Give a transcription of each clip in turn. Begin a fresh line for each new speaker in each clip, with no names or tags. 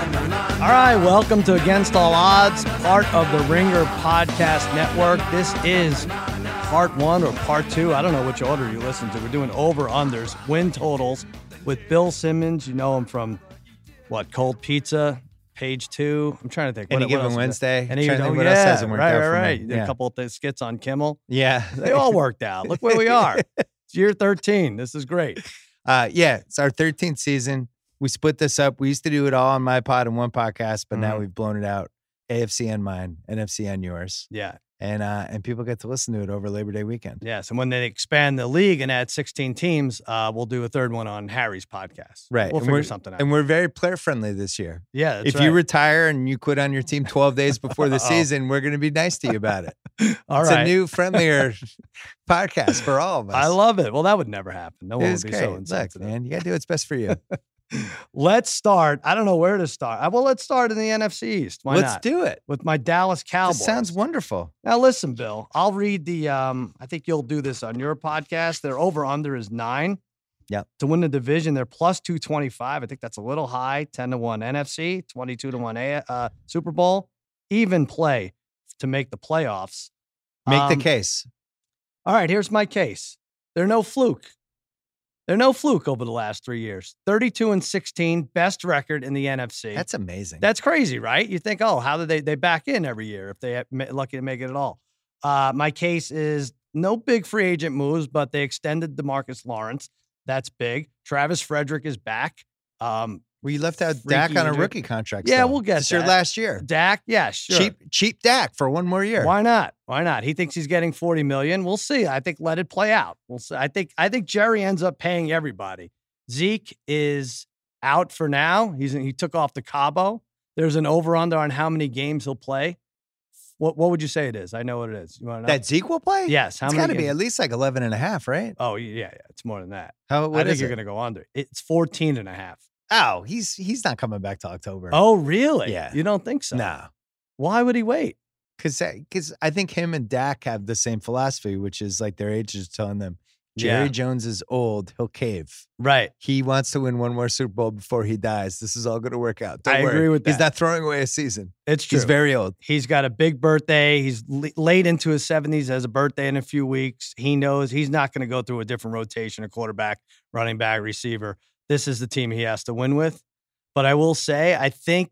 All right, welcome to Against All Odds, part of the Ringer Podcast Network. This is part one or part two. I don't know which order you listen to. We're doing over unders, win totals with Bill Simmons. You know him from what? Cold Pizza, Page Two. I'm trying to think.
Any
what, what
Given
else is it? Any
Wednesday. Trying to
given
think what else
yeah,
hasn't worked
right,
out
right,
for me.
right. You did
Yeah.
a couple of the skits on Kimmel.
Yeah.
They all worked out. Look where we are. It's year 13. This is great.
Uh, yeah. It's our 13th season. We split this up. We used to do it all on my pod and one podcast, but now
Mhm.
we've blown it out. AFC on mine, NFC on yours.
Yeah.
And uh, and people get to listen to it over Labor Day weekend.
Yes. And when they expand the league and add 16 teams, uh, we'll do a third one on Harry's podcast.
Right.
We'll
And
figure
we're-
something out.
And we're very player friendly this year.
yeah. that's
if you
right.
retire and you quit on your team 12 days before the
Uh-oh.
season, we're going to be nice to you about it.
all
it's
right.
a new, friendlier podcast for all of us.
I love it. Well, that would never happen. No
it.
one would
It's
be
great.
so
Look,
insensitive.
man, you got to do what's best for you.
Let's start. I don't know where to start. Uh, Well, let's start in the NFC East. Why
Let's
not?
do it.
With my Dallas Cowboys.
This sounds wonderful.
Now listen, Bill. I'll read the. Um, I think you'll do this on your podcast. Their over under is nine.
Yep.
To win the division, they're plus two twenty five. I think that's a little high. Ten to one NFC, twenty two to one A, uh, Super Bowl, even play to make the playoffs.
Make the
Um,
case.
All right, here's my case. They're no fluke. They're no fluke over the last three years. Thirty two and sixteen, best record in the NFC.
That's amazing.
That's crazy, right? You think, oh, how did they they back in every year if they ma- lucky to make it at all? Uh, my case is no big free agent moves, but they extended Demarcus Lawrence. That's big. Travis Frederick is back. Um,
we left out
freaky
Dak on a
injury.
rookie contract.
Yeah,
still.
we'll get
It's your
that.
last year.
Dak, yeah, sure.
Cheap, cheap Dak for one more year.
Why not? Why not? He thinks he's getting 40 million. We'll see. I think let it play out. We'll see. I think I think Jerry ends up paying everybody. Zeke is out for now. He's he took off the Cabo. There's an over under on how many games he'll play. What what would you say it is? I know what it is. You want to know?
That Zeke will play?
yes. How
it's got
many?
to be
games-
at least like 11 and a half, right?
oh yeah, yeah, it's more than that.
How, what
I think
is
you're
it?
going to go under. It's 14 and a half.
Oh, he's he's not coming back to October.
Oh really?
Yeah.
You don't think so?
no.
Why would he wait?
Because I think him and Dak have the same philosophy, which is like their agents is telling them, Jerry
Yeah.
Jones is old. He'll cave.
Right.
He wants to win one more Super Bowl before he dies. This is all going to work out. Don't
I
worry.
agree with
He's
that.
not throwing away a season.
It's true.
He's very old.
He's got a big birthday. He's l- late into his 70s, has a birthday in a few weeks. He knows he's not going to go through a different rotation of quarterback, running back, receiver. This is the team he has to win with. But I will say, I think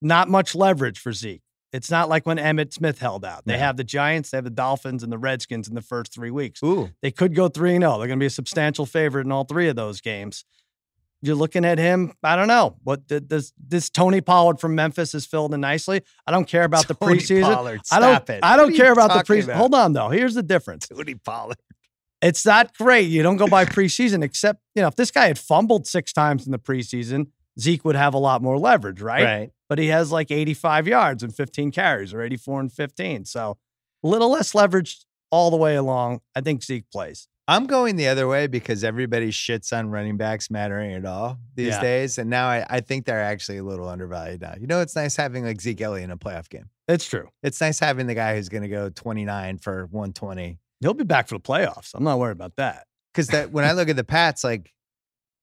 not much leverage for Zeke. It's not like when Emmett Smith held out. They
No.
have the Giants, they have the Dolphins, and the Redskins in the first three weeks.
Ooh.
They could go 3 0. They're going to be a substantial favorite in all three of those games. You're looking at him. I don't know. What th- this this Tony Pollard from Memphis is filled in nicely. I don't care about the
Tony
preseason.
Pollard,
I don't.
stop it.
I
What
don't
are
care
you
about the
talking
preseason.
about?
Hold on, though. Here's the difference.
Tony Pollard.
It's not great. You don't go by preseason, except you know if this guy had fumbled six times in the preseason, Zeke would have a lot more leverage, right? But he has like 85 yards and 15 carries, or 84 and 15. So a little less leverage all the way along. I think Zeke plays.
I'm going the other way because everybody shits on running backs mattering at all these
Yeah.
days. And now I, I think they're actually a little undervalued now. You know, it's nice having like Zeke Elliott in a playoff game.
It's true.
It's nice having the guy who's going to go 29 for 120.
He'll be back for the playoffs. I'm not worried about that.
Because that when I look at the Pats, like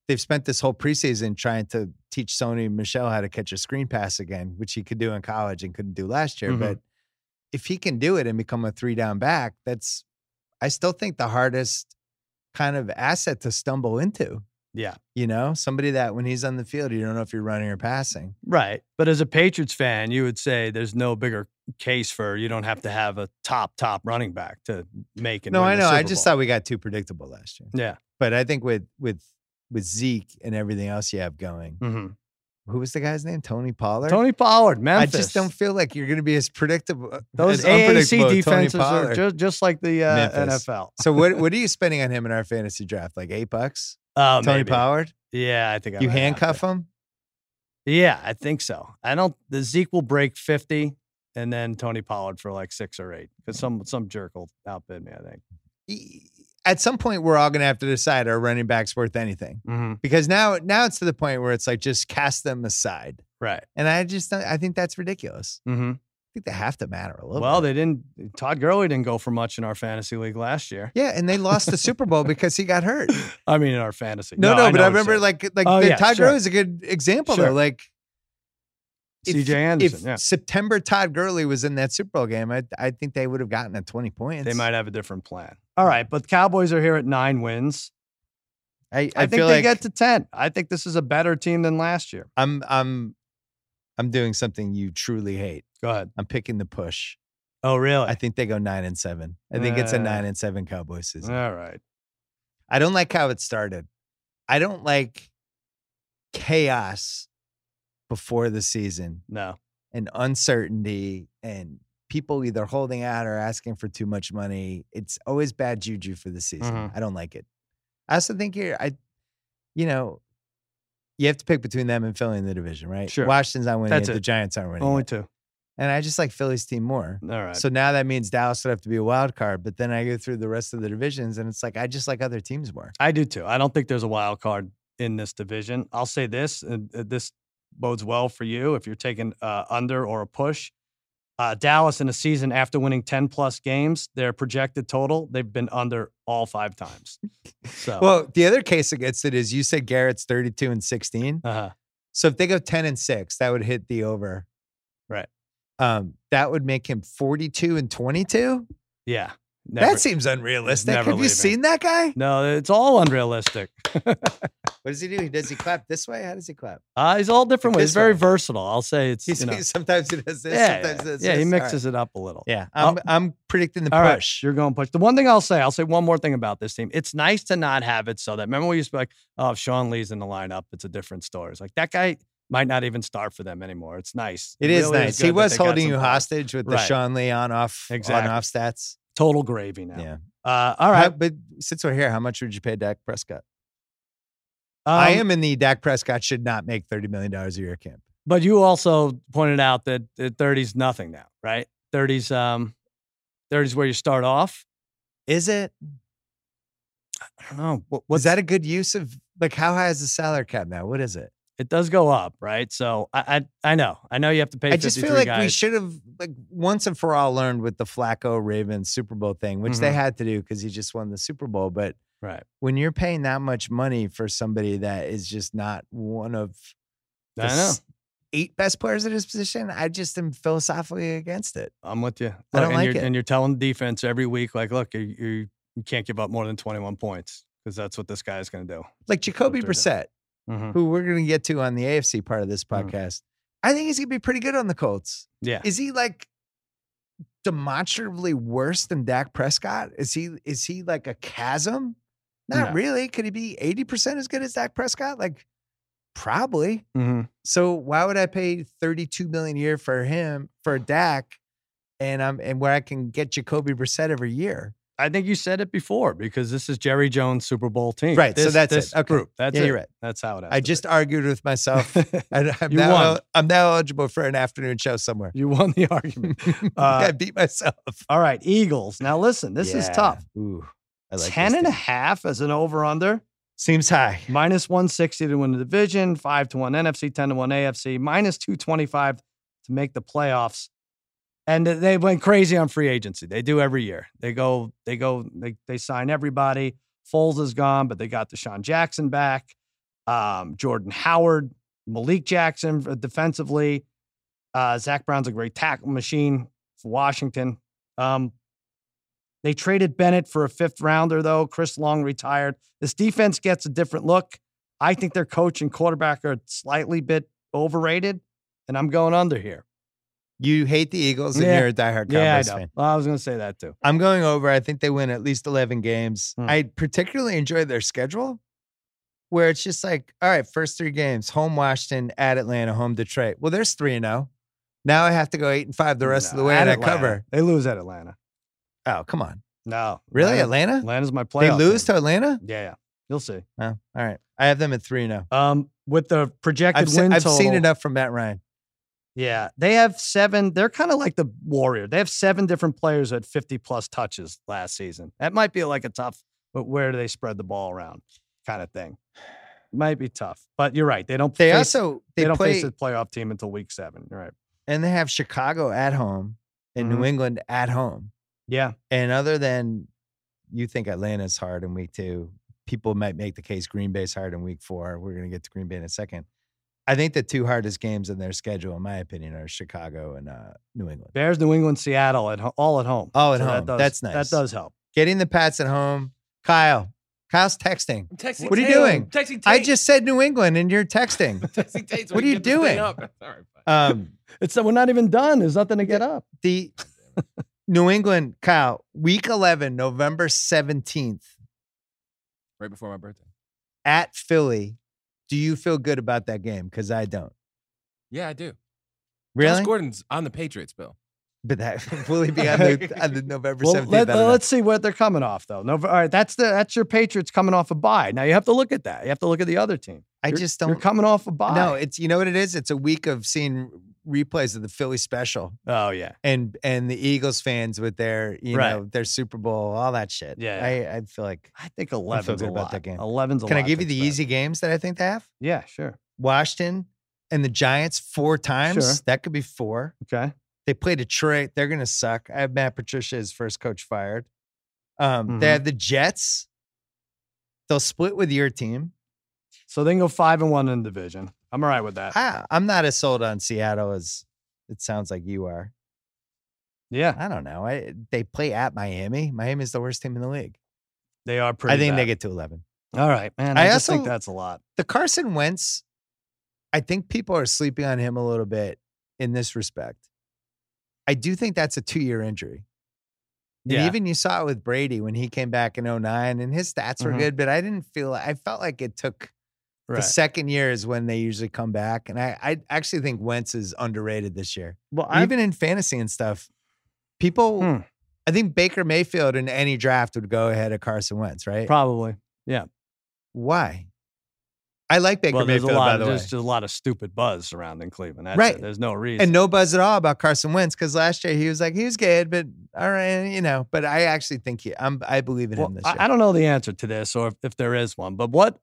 they've spent this whole preseason trying to teach Sony Michelle how to catch a screen pass again, which he could do in college and couldn't do last year.
Mhm.
But if he can do it and become a three down back, that's I still think the hardest kind of asset to stumble into.
Yeah.
You know, somebody that when he's on the field, you don't know if you're running or passing.
Right. But as a Patriots fan, you would say there's no bigger case for you don't have to have a top, top running back to make it.
No, I know. I just thought we got too predictable last year.
Yeah.
But I think with with with Zeke and everything else you have going,
Mhm.
who was the guy's name? Tony Pollard.
Tony Pollard,
I
Memphis.
just don't feel like you're going to be as predictable. uh,
Those
as
AAC
unpredictable as Tony
defenses are
Pollard.
just, just like the uh,
Memphis.
NFL.
so what what are you spending on him in our fantasy draft? Like eight bucks?
Uh,
Tony
maybe.
Pollard?
Yeah, I think I
You
might have
handcuff him?
to. Yeah, I think so. I don't. The Zeke will break fifty, and then Tony Pollard for like six or eight because some some jerk will outbid me. I think.
E- At some point, we're all going to have to decide are running backs worth anything?
Mm-hmm.
Because now now it's to the point where it's like just cast them aside.
Right.
And I just don't- I think that's ridiculous.
Mm-hmm.
I think they have to matter a little.
Well,
bit.
they didn't. Todd Gurley didn't go for much in our fantasy league last year.
yeah, and they lost the Super Bowl because he got hurt.
I mean, in our fantasy.
No, no, but
know
I
what you're
remember
saying.
like like
Oh,
the
yeah,
Todd
sure.
Gurley is a good example
Sure.
though. Like if-
CJ Anderson.
If
yeah.
September Todd Gurley was in that Super Bowl game, I I think they would have gotten a twenty points.
They might have a different plan. All right, but Cowboys are here at nine wins.
I, I,
I, think
feel
they
like
get to ten. I think this is a better team than last year.
I'm I'm I'm doing something you truly hate.
Go ahead.
I'm picking the push.
Oh, really?
I think they go nine and seven. I think it's a
Uh,
nine and seven Cowboys season.
All right.
I don't like how it started. I don't like chaos before the season
No.
and uncertainty and people either holding out or asking for too much money. It's always bad juju for the season.
Mhm.
I don't like it. I also think here, I, you know, you have to pick between them and Philly in the division, right?
Sure.
Washington's not winning
That's
yet, The
it.
Giants aren't winning.
Only
yet.
two.
And I just like Philly's team more.
All right.
So now that means Dallas would have to be a wild card, but then I go through the rest of the divisions and it's like I just like other teams more.
I do too. I don't think there's a wild card in this division. I'll say this, and uh, this bodes well for you if you're taking uh, under or a push. Uh, Dallas in a season after winning 10 plus games, their projected total, they've been under all five times. So,
Well, the other case against it is you said Garrett's 32 and 16.
uh-huh.
So if they go 10 and 6, that would hit the over.
Right.
Um, that would make him 42 and 22.
yeah. Never.
That seems unrealistic.
never
Have you
leaving.
seen that guy?
no, it's all unrealistic.
What does he do? He does he clap this way? How does he clap?
Uh, he's all different
Like
ways.
this
Very
one.
versatile. I'll say it's,
He's,
you know,
sometimes he does this,
yeah,
sometimes
yeah,
he does
yeah, he
this. All right.
mixes it up a little.
Yeah.
Oh.
I'm, I'm predicting the
All right,
push.
you're going push. The one thing I'll say, I'll say one more thing about this team. It's nice to not have it so that remember we used to be like, oh, if Sean Lee's in the lineup, it's a different story. It's like that guy might not even start for them anymore. It's nice.
It is
really
nice. he
good that
was
they got
holding
some
you
points.
hostage with the
Right.
Sean Lee on off
Exactly.
on off stats.
Total gravy now.
Yeah.
Uh, all
How-
right.
but since we're here, how much would you pay Dak Prescott? I
Um,
am in the Dak Prescott should not make $30 million a year camp.
But you also pointed out that that 30's nothing now, right? 30's um, 30's where you start off.
Is it?
I don't know. What,
Was
what's
that a good use of like how high is the salary cap now? What is it?
It does go up, right? So I I, I know. I know you have to pay.
I just feel
53
like we
guys.
should have like once and for all learned with the Flacco Ravens Super Bowl thing, which they
Mhm.
had to do because he just won the Super Bowl. But
right.
when you're paying that much money for somebody that is just not one of the
I know.
s- eight best players at his position, I just am philosophically against it.
I'm with you. Look,
I don't
and
like
you're,
it.
And you're telling the defense every week, like, look, you, you, you can't give up more than 21 points because that's what this guy is going to do.
Like Jacoby
they're done.
Brissett, who we're going to get to on the AFC part of this
Mhm.
podcast, I think he's going to be pretty good on the Colts.
Yeah.
Is he like demonstrably worse than Dak Prescott? Is he is he like a chasm? Not
No.
really. Could he be 80% as good as Dak Prescott? Like probably.
Mm-hmm.
So why would I pay 32 million a year for him for Dak and I'm and where I can get Jacoby Brissett every year?
I think you said it before because this is Jerry Jones' Super Bowl team.
Right, so
This-
that's it.
this
Okay.
group. That's
yeah,
it.
you're right.
That's how it has
I
to be.
just uh, argued with myself. I, I'm,
You
now,
won.
I'm now eligible for an afternoon show somewhere.
you won the argument.
I beat myself.
All right, Eagles. Now listen, Uh, this is tough.
Ooh, I like
Ten and a
this team.
half as an over under,
Seems high.
minus 160 to win the division, 5 to 1 NFC, 10 to 1 AFC, minus 225 to make the playoffs. And they went crazy on free agency. They do every year. They go, they go, they, they sign everybody. Foles is gone, but they got Deshaun Jackson back, um, Jordan Howard, Malik Jackson for- defensively. Uh, Zach Brown's a great tackle machine for Washington. Um, they traded Bennett for a fifth rounder, though. Chris Long retired. This defense gets a different look. I think their coach and quarterback are slightly bit overrated, and I'm going under here.
You hate the Eagles and
Yeah.
you're a diehard Cowboys
Yeah, I know.
fan.
Well, I was going to say that too.
I'm going over. I think they win at least 11 games.
Hmm.
I particularly enjoy their schedule where it's just like, all right, first three games, home Washington, at Atlanta, home Detroit. Well, there's 3 and 0. Now I have to go 8 and 5 the rest of the
Nah,
way
at
and I
Atlanta.
cover.
They lose at Atlanta.
Oh, come on.
No,
Really?
Atlanta,
Atlanta?
Atlanta's my
They
playoff.
lose
team.
to Atlanta?
yeah, yeah. You'll see.
Oh, all right. I have them at 3 and 0.
Um, with the projected
I've, se-
win
I've
total,
seen enough from Matt Ryan.
Yeah, they have seven. They're kind of like the Warrior. They have seven different players at 50 plus touches last season. That might be like a tough, but where do they spread the ball around kind of thing? Might be tough, but you're right. They don't.
They
face,
also
they,
they,
don't
play
face a playoff team until week seven. You're right.
and they have Chicago at home and New
Mhm.
England at home.
Yeah,
And other than you think Atlanta's hard in week two, people might make the case Green Bay's hard in week four. We're going to get to Green Bay in a second. I think the two hardest games in their schedule, in my opinion, are Chicago and uh, New England.
Bears, New England, Seattle, at ho- all at home.
All Oh, at
So that
home.
does-
That's nice.
That does help.
Getting the Pats at home. Kyle, Kyle's texting.
I'm texting
What are you
Tatum.
doing?
I'm texting Tate.
I just said New England, and you're texting.
texting Tate so
What
he
are
can
you
get this thing
doing?
up. All right, bye.
Um,
It's we're not even done. There's nothing to get up.
the New England, Kyle, Week 11, November 17th
right before my birthday.
at Philly. Do you feel good about that game? Because I don't.
Yeah, I do.
Really?
Josh Gordon's on the Patriots, Bill.
But that will he be on the, on the November
Well,
17th?
let,
I don't know.
us see what they're coming off though. No, all right, that's the that's your Patriots coming off a bye. Now you have to look at that. You have to look at the other team.
I
You're-
just
You're
don't.
coming off a bye.
No, it's you know what it is. It's a week of seeing replays of the Philly special
Oh yeah.
and and the Eagles fans with their you
Right.
know their Super Bowl, all that shit.
Yeah,
I, I feel like.
I think 11's
good
a
about
lot.
that game.
11's a
Can I
lot.
give
to
you the
expect.
easy games that I think they have?
Yeah, sure.
Washington and the Giants four times.
Sure.
That could be four.
Okay.
They play Detroit. They're gonna suck. I have Matt Patricia as first coach fired. Um, They
Mhm.
have the Jets. They'll split with your team.
So they can go five and one in the division. I'm all right with that.
I, I'm not as sold on Seattle as it sounds like you are.
yeah,
I don't know. I, they play at Miami. Miami's the worst team in the league.
they are pretty.
I think they
bad.
get to 11.
All right, man. I,
I
just think
also-
that's a lot.
The Carson Wentz, I think people are sleeping on him a little bit in this respect. I do think that's a two year injury. And
Yeah.
even you saw it with Brady when he came back in 09 and his stats were
Mhm.
good, but I didn't feel I felt like it took the
Right.
second year is when they usually come back. And I, I actually think Wentz is underrated this year.
well,
And even in fantasy and stuff, people,
Hmm.
I think Baker Mayfield in any draft would go ahead of Carson Wentz, right?
probably.
Why? I like Baker
well, there's
Mayfield,
a lot.
by the way.
there's just a lot of stupid buzz surrounding Cleveland. That's
Right.
It. There's no reason.
and no buzz at all about Carson Wentz because last year he was like, he was good, but all right, you know. But I actually think he, I'm, I believe in
Well,
him this year.
I, I don't know the answer to this, or if, if there is one. But what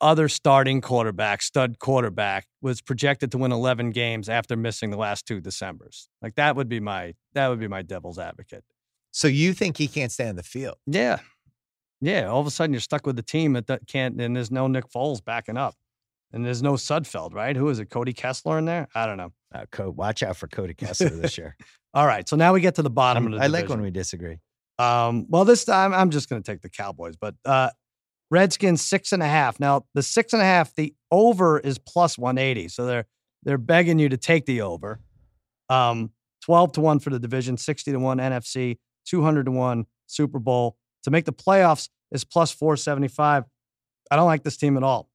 other starting quarterback, stud quarterback, was projected to win 11 games after missing the last two December's? Like that would be my that would be my devil's advocate.
so you think he can't stay on the field?
Yeah. Yeah. All of a sudden you're stuck with a team that that can't, and there's no Nick Foles backing up. And there's no Sudfeld, right? Who is it? Cody Kessler in there? I don't know.
Uh, Co- watch out for Cody Kessler this year.
All right. So now we get to the bottom
I'm-
of the
I like when
division.
we disagree.
Um, well, this time I'm just going to take the Cowboys, but uh, Redskins six and a half. Now the six and a half, the over is plus one eighty, so they're they're begging you to take the over. Um, Twelve to one for the division, sixty to one NFC, two hundred to one Super Bowl to make the playoffs is plus four seventy five. I don't like this team at all.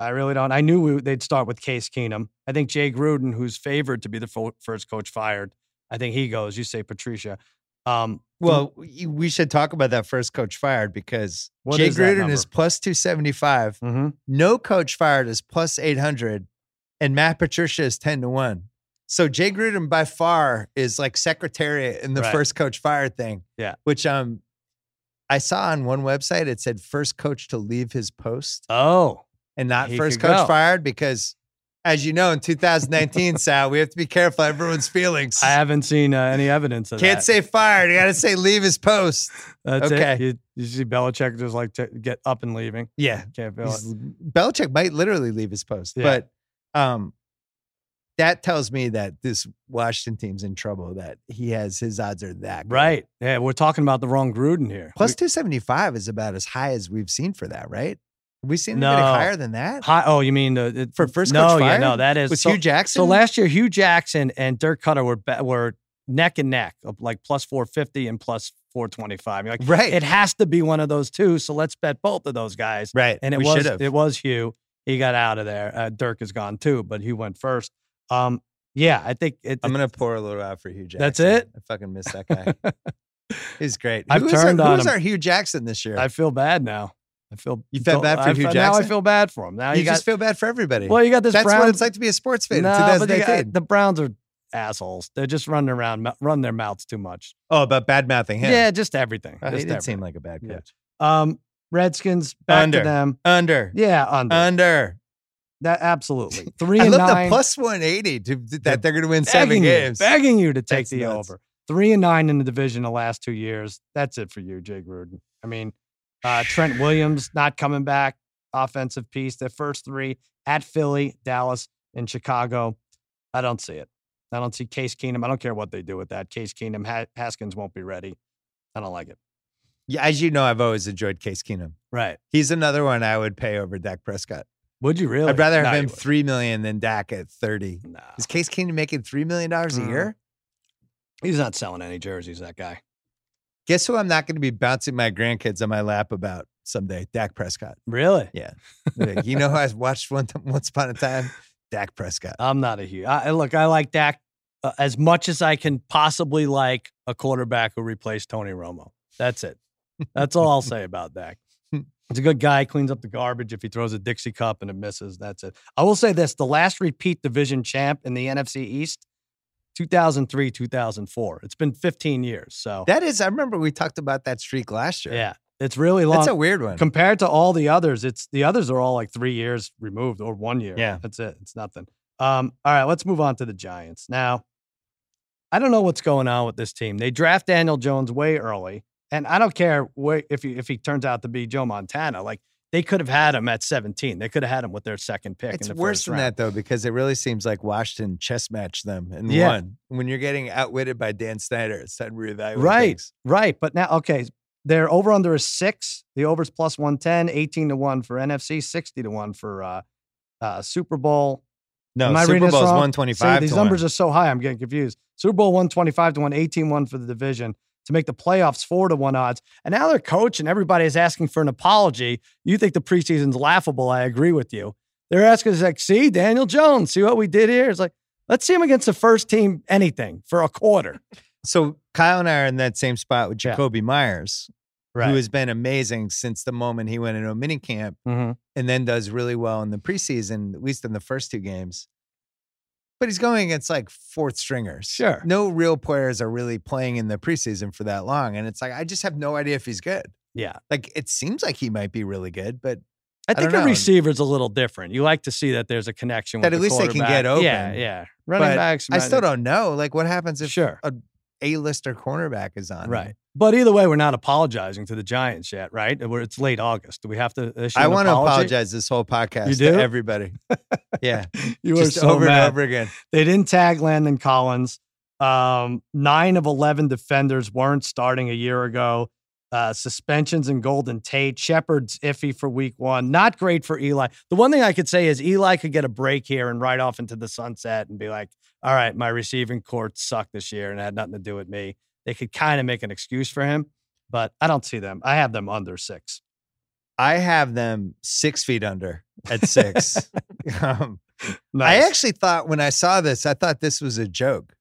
I really don't. I knew we, they'd start with Case Keenum. I think Jay Gruden, who's favored to be the fo- first coach fired, I think he goes. You say Patricia. Um,
Well, we we should talk about that first coach fired because
What
Jay
is that
Gruden is
number?
plus 275.
Mm-hmm.
No coach fired is plus 800, and Matt Patricia is 10 to 1. So Jay Gruden by far is like secretariat in the
Right.
first coach fired thing.
Yeah.
Which um I saw on one website it said first coach to leave his post
Oh,
and not
He
first
could
coach
go.
fired because as you know in 2019 Sal, we have to be careful of everyone's feelings.
I haven't seen uh, any evidence of
Can't
that.
say fired, you got to say leave his post.
That's
okay.
It. You, you see Belichick just like to get up and leaving.
Yeah.
Can't feel it.
He's- Belichick might literally leave his post,
Yeah.
but um, that tells me that this Washington team's in trouble. That he has his odds are that good.
Right. Yeah, we're talking about the wrong Gruden here.
Plus two seventy five is about as high as we've seen for that, right? Have we seen
No.
anybody higher than that?
Hi, oh, you mean the it,
For first
No,
coach
yeah,
fired?
no, that is
With
so,
Hugh Jackson?
so. Last year, Hugh Jackson and Dirk Cutter were be, were neck and neck, of like plus four fifty and plus four twenty five. You're like,
right,
it has to be one of those two. So let's bet both of those guys.
right,
and it
we
was
should have.
it was Hugh. He got out of there. Uh, Dirk is gone too, but Hugh went first. Um, yeah, I think it,
I'm gonna pour a little out for Hugh Jackson.
That's it?
I fucking miss that guy. He's great.
I've
who's
turned
our,
on
who's
him.
our Hugh Jackson this year?
I feel bad now. I feel
You felt
don't-
bad for
I
Hugh
fe- Now I
Jackson?
feel bad for him. Now
you
you, got
just feel bad for everybody.
well, you got this.
That's
Browns,
what it's like to be a sports fan in
No, but you
2018.
got- the Browns are assholes. They're just running around, mou- run their mouths too much.
oh, about bad mouthing
Yeah,
him.
just everything.
Oh, he
just
didn't seem
everything.
like a bad
Yeah.
coach.
um, Redskins back
Under.
to them.
Under.
Yeah, under
Under.
that absolutely three
I
and
love
nine.
the plus 180 to, to-
They're
that they're going to win seven
begging you,
games.
begging you to take
That's
the
nuts.
over. Three and nine in the division the last two years. That's it for you, Jay Gruden. I mean, uh, Trent Williams not coming back. offensive piece. The first three at Philly, Dallas, and Chicago. I don't see it. I don't see Case Keenum. I don't care what they do with that. Case Keenum, ha- Haskins won't be ready. I don't like it.
Yeah, as you know, I've always enjoyed Case Keenum.
Right.
He's another one I would pay over Dak Prescott.
Would you really?
I'd rather have
No,
him
you
three million than Dak at thirty.
wouldn't. No.
Is Case Keenum making three million dollars a
Mm.
year?
He's not selling any jerseys, that guy.
Guess who I'm not going to be bouncing my grandkids on my lap about someday? Dak Prescott.
Really?
Like, you know who I watched one time, once upon a time? Dak Prescott.
I'm not a huge. I, I- look, I like Dak uh, as much as I can possibly like a quarterback who replaced Tony Romo. That's it. That's all I'll say about Dak. He's a good guy. Cleans up the garbage if he throws a Dixie cup and it misses. That's it. I will say this: the last repeat division champ in the NFC East, 2003, 2004. It's been 15 years. So
That is, I remember we talked about that streak last year.
yeah, it's really long.
That's a weird one.
compared to all the others it's the others are all like three years removed or one year
Yeah.
that's it it's nothing um all right let's move on to the giants now i don't know what's going on with this team they draft daniel jones way early and i don't care where, if he if he turns out to be joe montana like they could have had him at 17 they could have had him with their second pick
it's
in the
worse
first
than
round.
that, though, because it really seems like Washington chess matched them and
Yeah.
won. When you're getting outwitted by Dan Snyder, it's time to reevaluate.
Right.
things.
Right. But now, okay, their over under is six. The over's plus 110, 18 to 1 for NFC, 60 to 1 for uh, uh, Super Bowl.
No,
Am I
Super
reading this
Bowl is
wrong?
125.
See, these
to
numbers
one.
are so high, I'm getting confused. Super Bowl 125 to 1, 18 1 for the division to make the playoffs 4 to 1 odds. And now their coach and everybody is asking for an apology. You think the preseason's laughable. I agree with you. They're asking, us like, see, Daniel Jones, see what we did here? It's like, let's see him against the first team anything for a quarter.
So Kyle and I are in that same spot with
Yeah.
Jacoby Myers, who has been amazing since the moment he went into a minicamp
Mhm.
and then does really well in the preseason, at least in the first two games. But he's going against like fourth stringers.
Sure.
No real players are really playing in the preseason for that long. And it's like, I just have no idea if he's good.
Yeah.
Like, it seems like he might be really good, but
I
I
think
don't
a
know.
receiver's a little different. You like to see that there's a connection
That
with
at
the
least they can get
quarterback. Yeah,
open.
yeah. Running
But
backs.
I still don't know. Like, what happens if
Sure.
a lister cornerback is on? him?
Right. But either way, we're not apologizing to the Giants yet, right? We're, it's late August. Do we have to issue
I
an
want to
apology?
apologize this whole podcast
You do?
to everybody. yeah.
You
just
are so
over
mad.
and over again.
They didn't tag Landon Collins. Um, nine of 11 defenders weren't starting a year ago. Uh, suspensions and Golden Tate. Shepard's iffy for week one. Not great for Eli. The one thing I could say is Eli could get a break here and ride off into the sunset and be like, all right, my receiving court sucked this year and it had nothing to do with me. They could kind of make an excuse for him, but I don't see them. I have them under six.
I have them six feet under at six. um, I
Nice.
actually thought when I saw this, I thought this was a joke.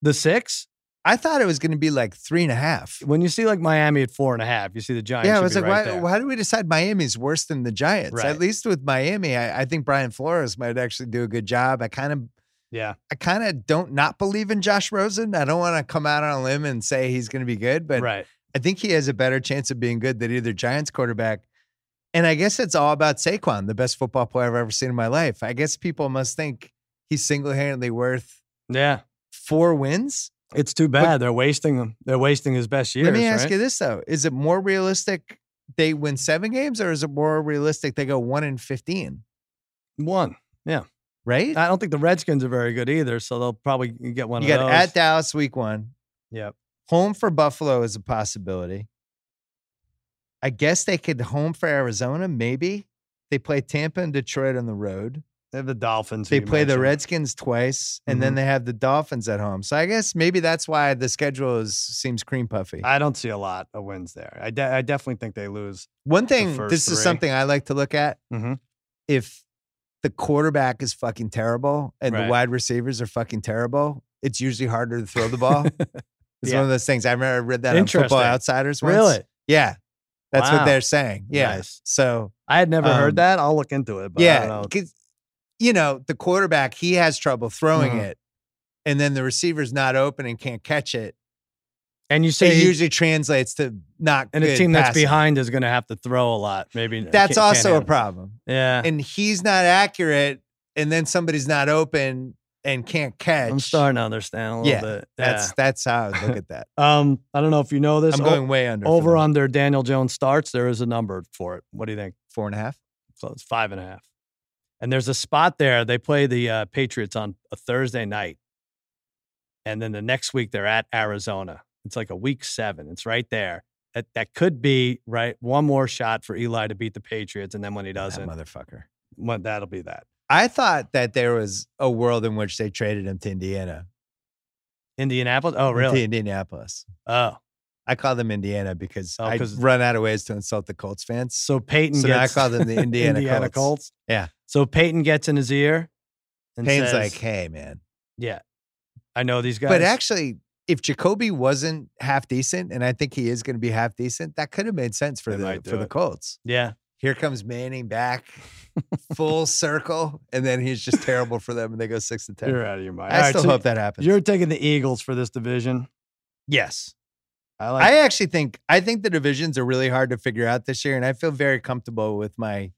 the six?
I thought it was going to be like three and a half.
When you see like Miami at four and a half, you see the Giants.
yeah, I
should
was
be
like,
right
why,
there.
why do we decide Miami's worse than the Giants?
Right.
At least with Miami, I, I think Brian Flores might actually do a good job. I kind of,
Yeah.
I kind of don't not believe in Josh Rosen. I don't want to come out on a limb and say he's going to be good, but
right.
I think he has a better chance of being good than either Giants quarterback. And I guess it's all about Saquon, the best football player I've ever seen in my life. I guess people must think he's single handedly worth
Yeah.
four wins.
It's too bad they're wasting them. They're wasting his best years.
Let me ask
right?
you this though: Is it more realistic they win seven games, or is it more realistic they go one in fifteen?
one.
Right?
I don't think the Redskins are very good either, so they'll probably get one.
you
of
got
those.
at Dallas week one.
Yep.
Home for Buffalo is a possibility. I guess they could home for Arizona. Maybe they play Tampa and Detroit on the road.
They have the Dolphins. who
They
you
play the
mentioned.
Redskins twice, and then
Mhm.
they have the Dolphins at home. So I guess maybe that's why the schedule is seems cream puffy.
I don't see a lot of wins there. I, de- I definitely think they lose.
One thing,
first
this
three.
is something I like to look at.
Mhm.
If the quarterback is fucking terrible and
Right.
the wide receivers are fucking terrible, it's usually harder to throw the ball. It's
Yeah.
one of those things. I remember I read that on Football
Interesting.
Outsiders once.
Really?
Yeah. That's
Wow.
what they're saying. Yeah.
Nice.
So
I had never
Um,
heard that. I'll look into it. But I don't
yeah,
know.
'cause, you know the quarterback he has trouble throwing
Mhm.
it, and then the receiver's not open and can't catch it.
And you
it
say
usually translates to not
and a
good
team that's
passing.
behind is going to have to throw a lot. Maybe
That's
can't- can't
also a
handle-
problem.
Yeah.
And he's not accurate, and then somebody's not open and can't catch.
I'm starting to understand a little
Yeah,
bit. Yeah.
That's that's how I would look at that.
um. I don't know if you know this.
I'm
O-
going way under for
over
them.
under Daniel Jones starts. There is a number for it. What do you think?
four and a half.
close, five and a half. And there's a spot there. They play the uh, Patriots on a Thursday night. And then the next week they're at Arizona. It's like a week seven. It's right there. That, that could be right. One more shot for Eli to beat the Patriots. And then when he
that
doesn't,
motherfucker.
well, that'll be that.
I thought that there was a world in which they traded him to Indiana,
Indianapolis? Oh,
to
really?
Indianapolis.
Oh.
I call them Indiana because
Oh,
I
'cause-
run out of ways to insult the Colts fans.
So Peyton
So now I
gets
call them the Indiana, Colts. Yeah.
So Peyton gets in his ear and
Payne's
says,
like, hey, man.
Yeah. I know these guys.
But actually, if Jacoby wasn't half decent, and I think he is going to be half decent, that could have made sense for
They
the
might do
for the
it.
Colts.
Yeah.
Here comes Manning back, full circle, and then he's just terrible for them, and they go six to 10
You're out of your mind.
I
All right,
still
so
hope that happens.
You're taking the Eagles for this division.
Yes,
I like
I actually think I think the divisions are really hard to figure out this year, and I feel very comfortable with my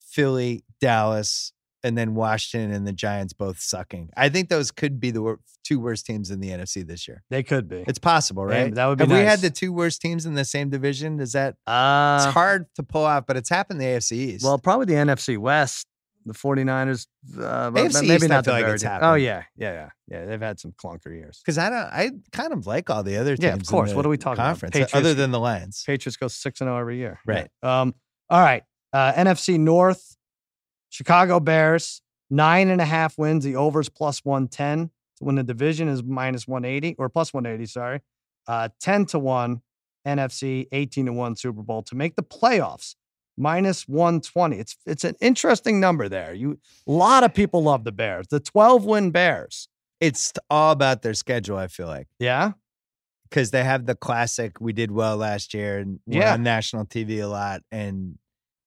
Philly, Dallas, and then Washington and the Giants both sucking. I think those could be the wor- two worst teams in the NFC this year.
they could be.
It's possible,
Hey,
right?
that would be
Have we had
nice.
the two worst teams in the same division? Is that
Uh,
it's hard to pull off, but it's happened in the AFC East.
Well, probably the NFC West, the 49ers. Uh, but
AFC
maybe
East, I
not
feel
the
like
very
it's
team. Oh,
happened.
yeah. Yeah. Yeah. Yeah. They've had some clunker years.
because I don't, I kind of like all the other teams.
Yeah, of
in
course. What
the
are we talking about?
conference, uh,
Patriots-
other than the Lions.
Patriots go 6 and 0 every year.
Right.
Yeah. Um, all right. Uh, NFC North, Chicago Bears, nine and a half wins. The overs plus 110 to win the division is minus 180 or plus 180, sorry. Uh, 10 to 1 NFC, 18 to 1 Super Bowl to make the playoffs. Minus 120. It's it's an interesting number there. You a lot of people love the Bears. The 12 win Bears.
It's all about their schedule. I feel like
Yeah.
because they have the classic. We did well last year, and we're
Yeah.
on national TV a lot, and in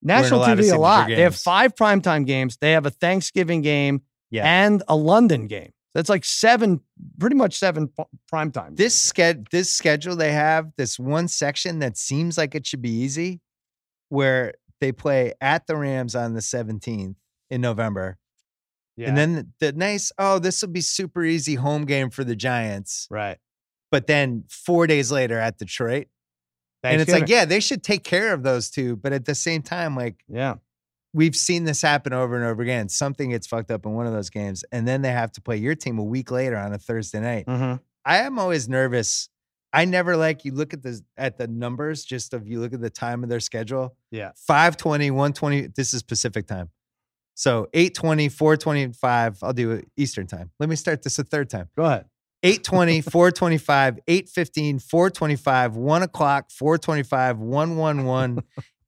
a
National
lot of
TV a
signature
lot. They have
games.
five primetime games. They have a Thanksgiving game and a London game. That's like seven, pretty much seven p- primetime.
this sched this schedule they have this one section that seems like it should be easy, where they play at the Rams on the seventeenth in November.
yeah.
And then the nice, oh, this will be super easy home game for the Giants.
right.
But then four days later at Detroit. And it's like,
Thanksgiving.
yeah, they should take care of those two. But at the same time, like
yeah,
we've seen this happen over and over again. Something gets fucked up in one of those games. And then they have to play your team a week later on a Thursday night.
Mhm.
I am always nervous. I never like you look at the at the numbers, just of you look at the time of their schedule.
Yeah.
520, 120. This is Pacific time. So 820, 425. I'll do it Eastern time. Let me start this a third time.
Go ahead.
820, 425, 815, 425, 1 o'clock, 425, 111,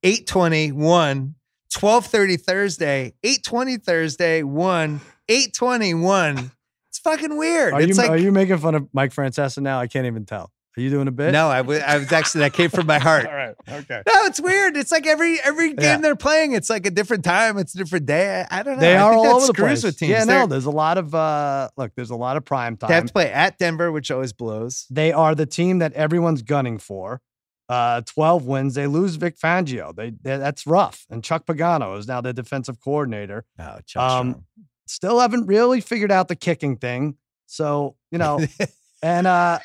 820, 1, 1230 Thursday, 820 Thursday, 1, 820, 1. It's fucking weird.
Are you
it's like
are you making fun of Mike Francesa now? I can't even tell. Are you doing a bit?
No, I wa- I was actually that came from my heart.
All right. Okay.
No, it's weird. It's like every every game
Yeah.
they're playing, it's like a different time, it's a different day. I, I don't know.
They
I
are
think
all
that
over the
screws
place.
with teams.
yeah,
They're-
no, there's a lot of uh look, there's a lot of prime time.
they have to play at Denver, which always blows.
They are the team that everyone's gunning for. Uh, 12 wins. They lose Vic Fangio. They, they that's rough. And Chuck Pagano is now the defensive coordinator.
No, Chuck
Um, Still haven't really figured out the kicking thing. So, you know, And uh,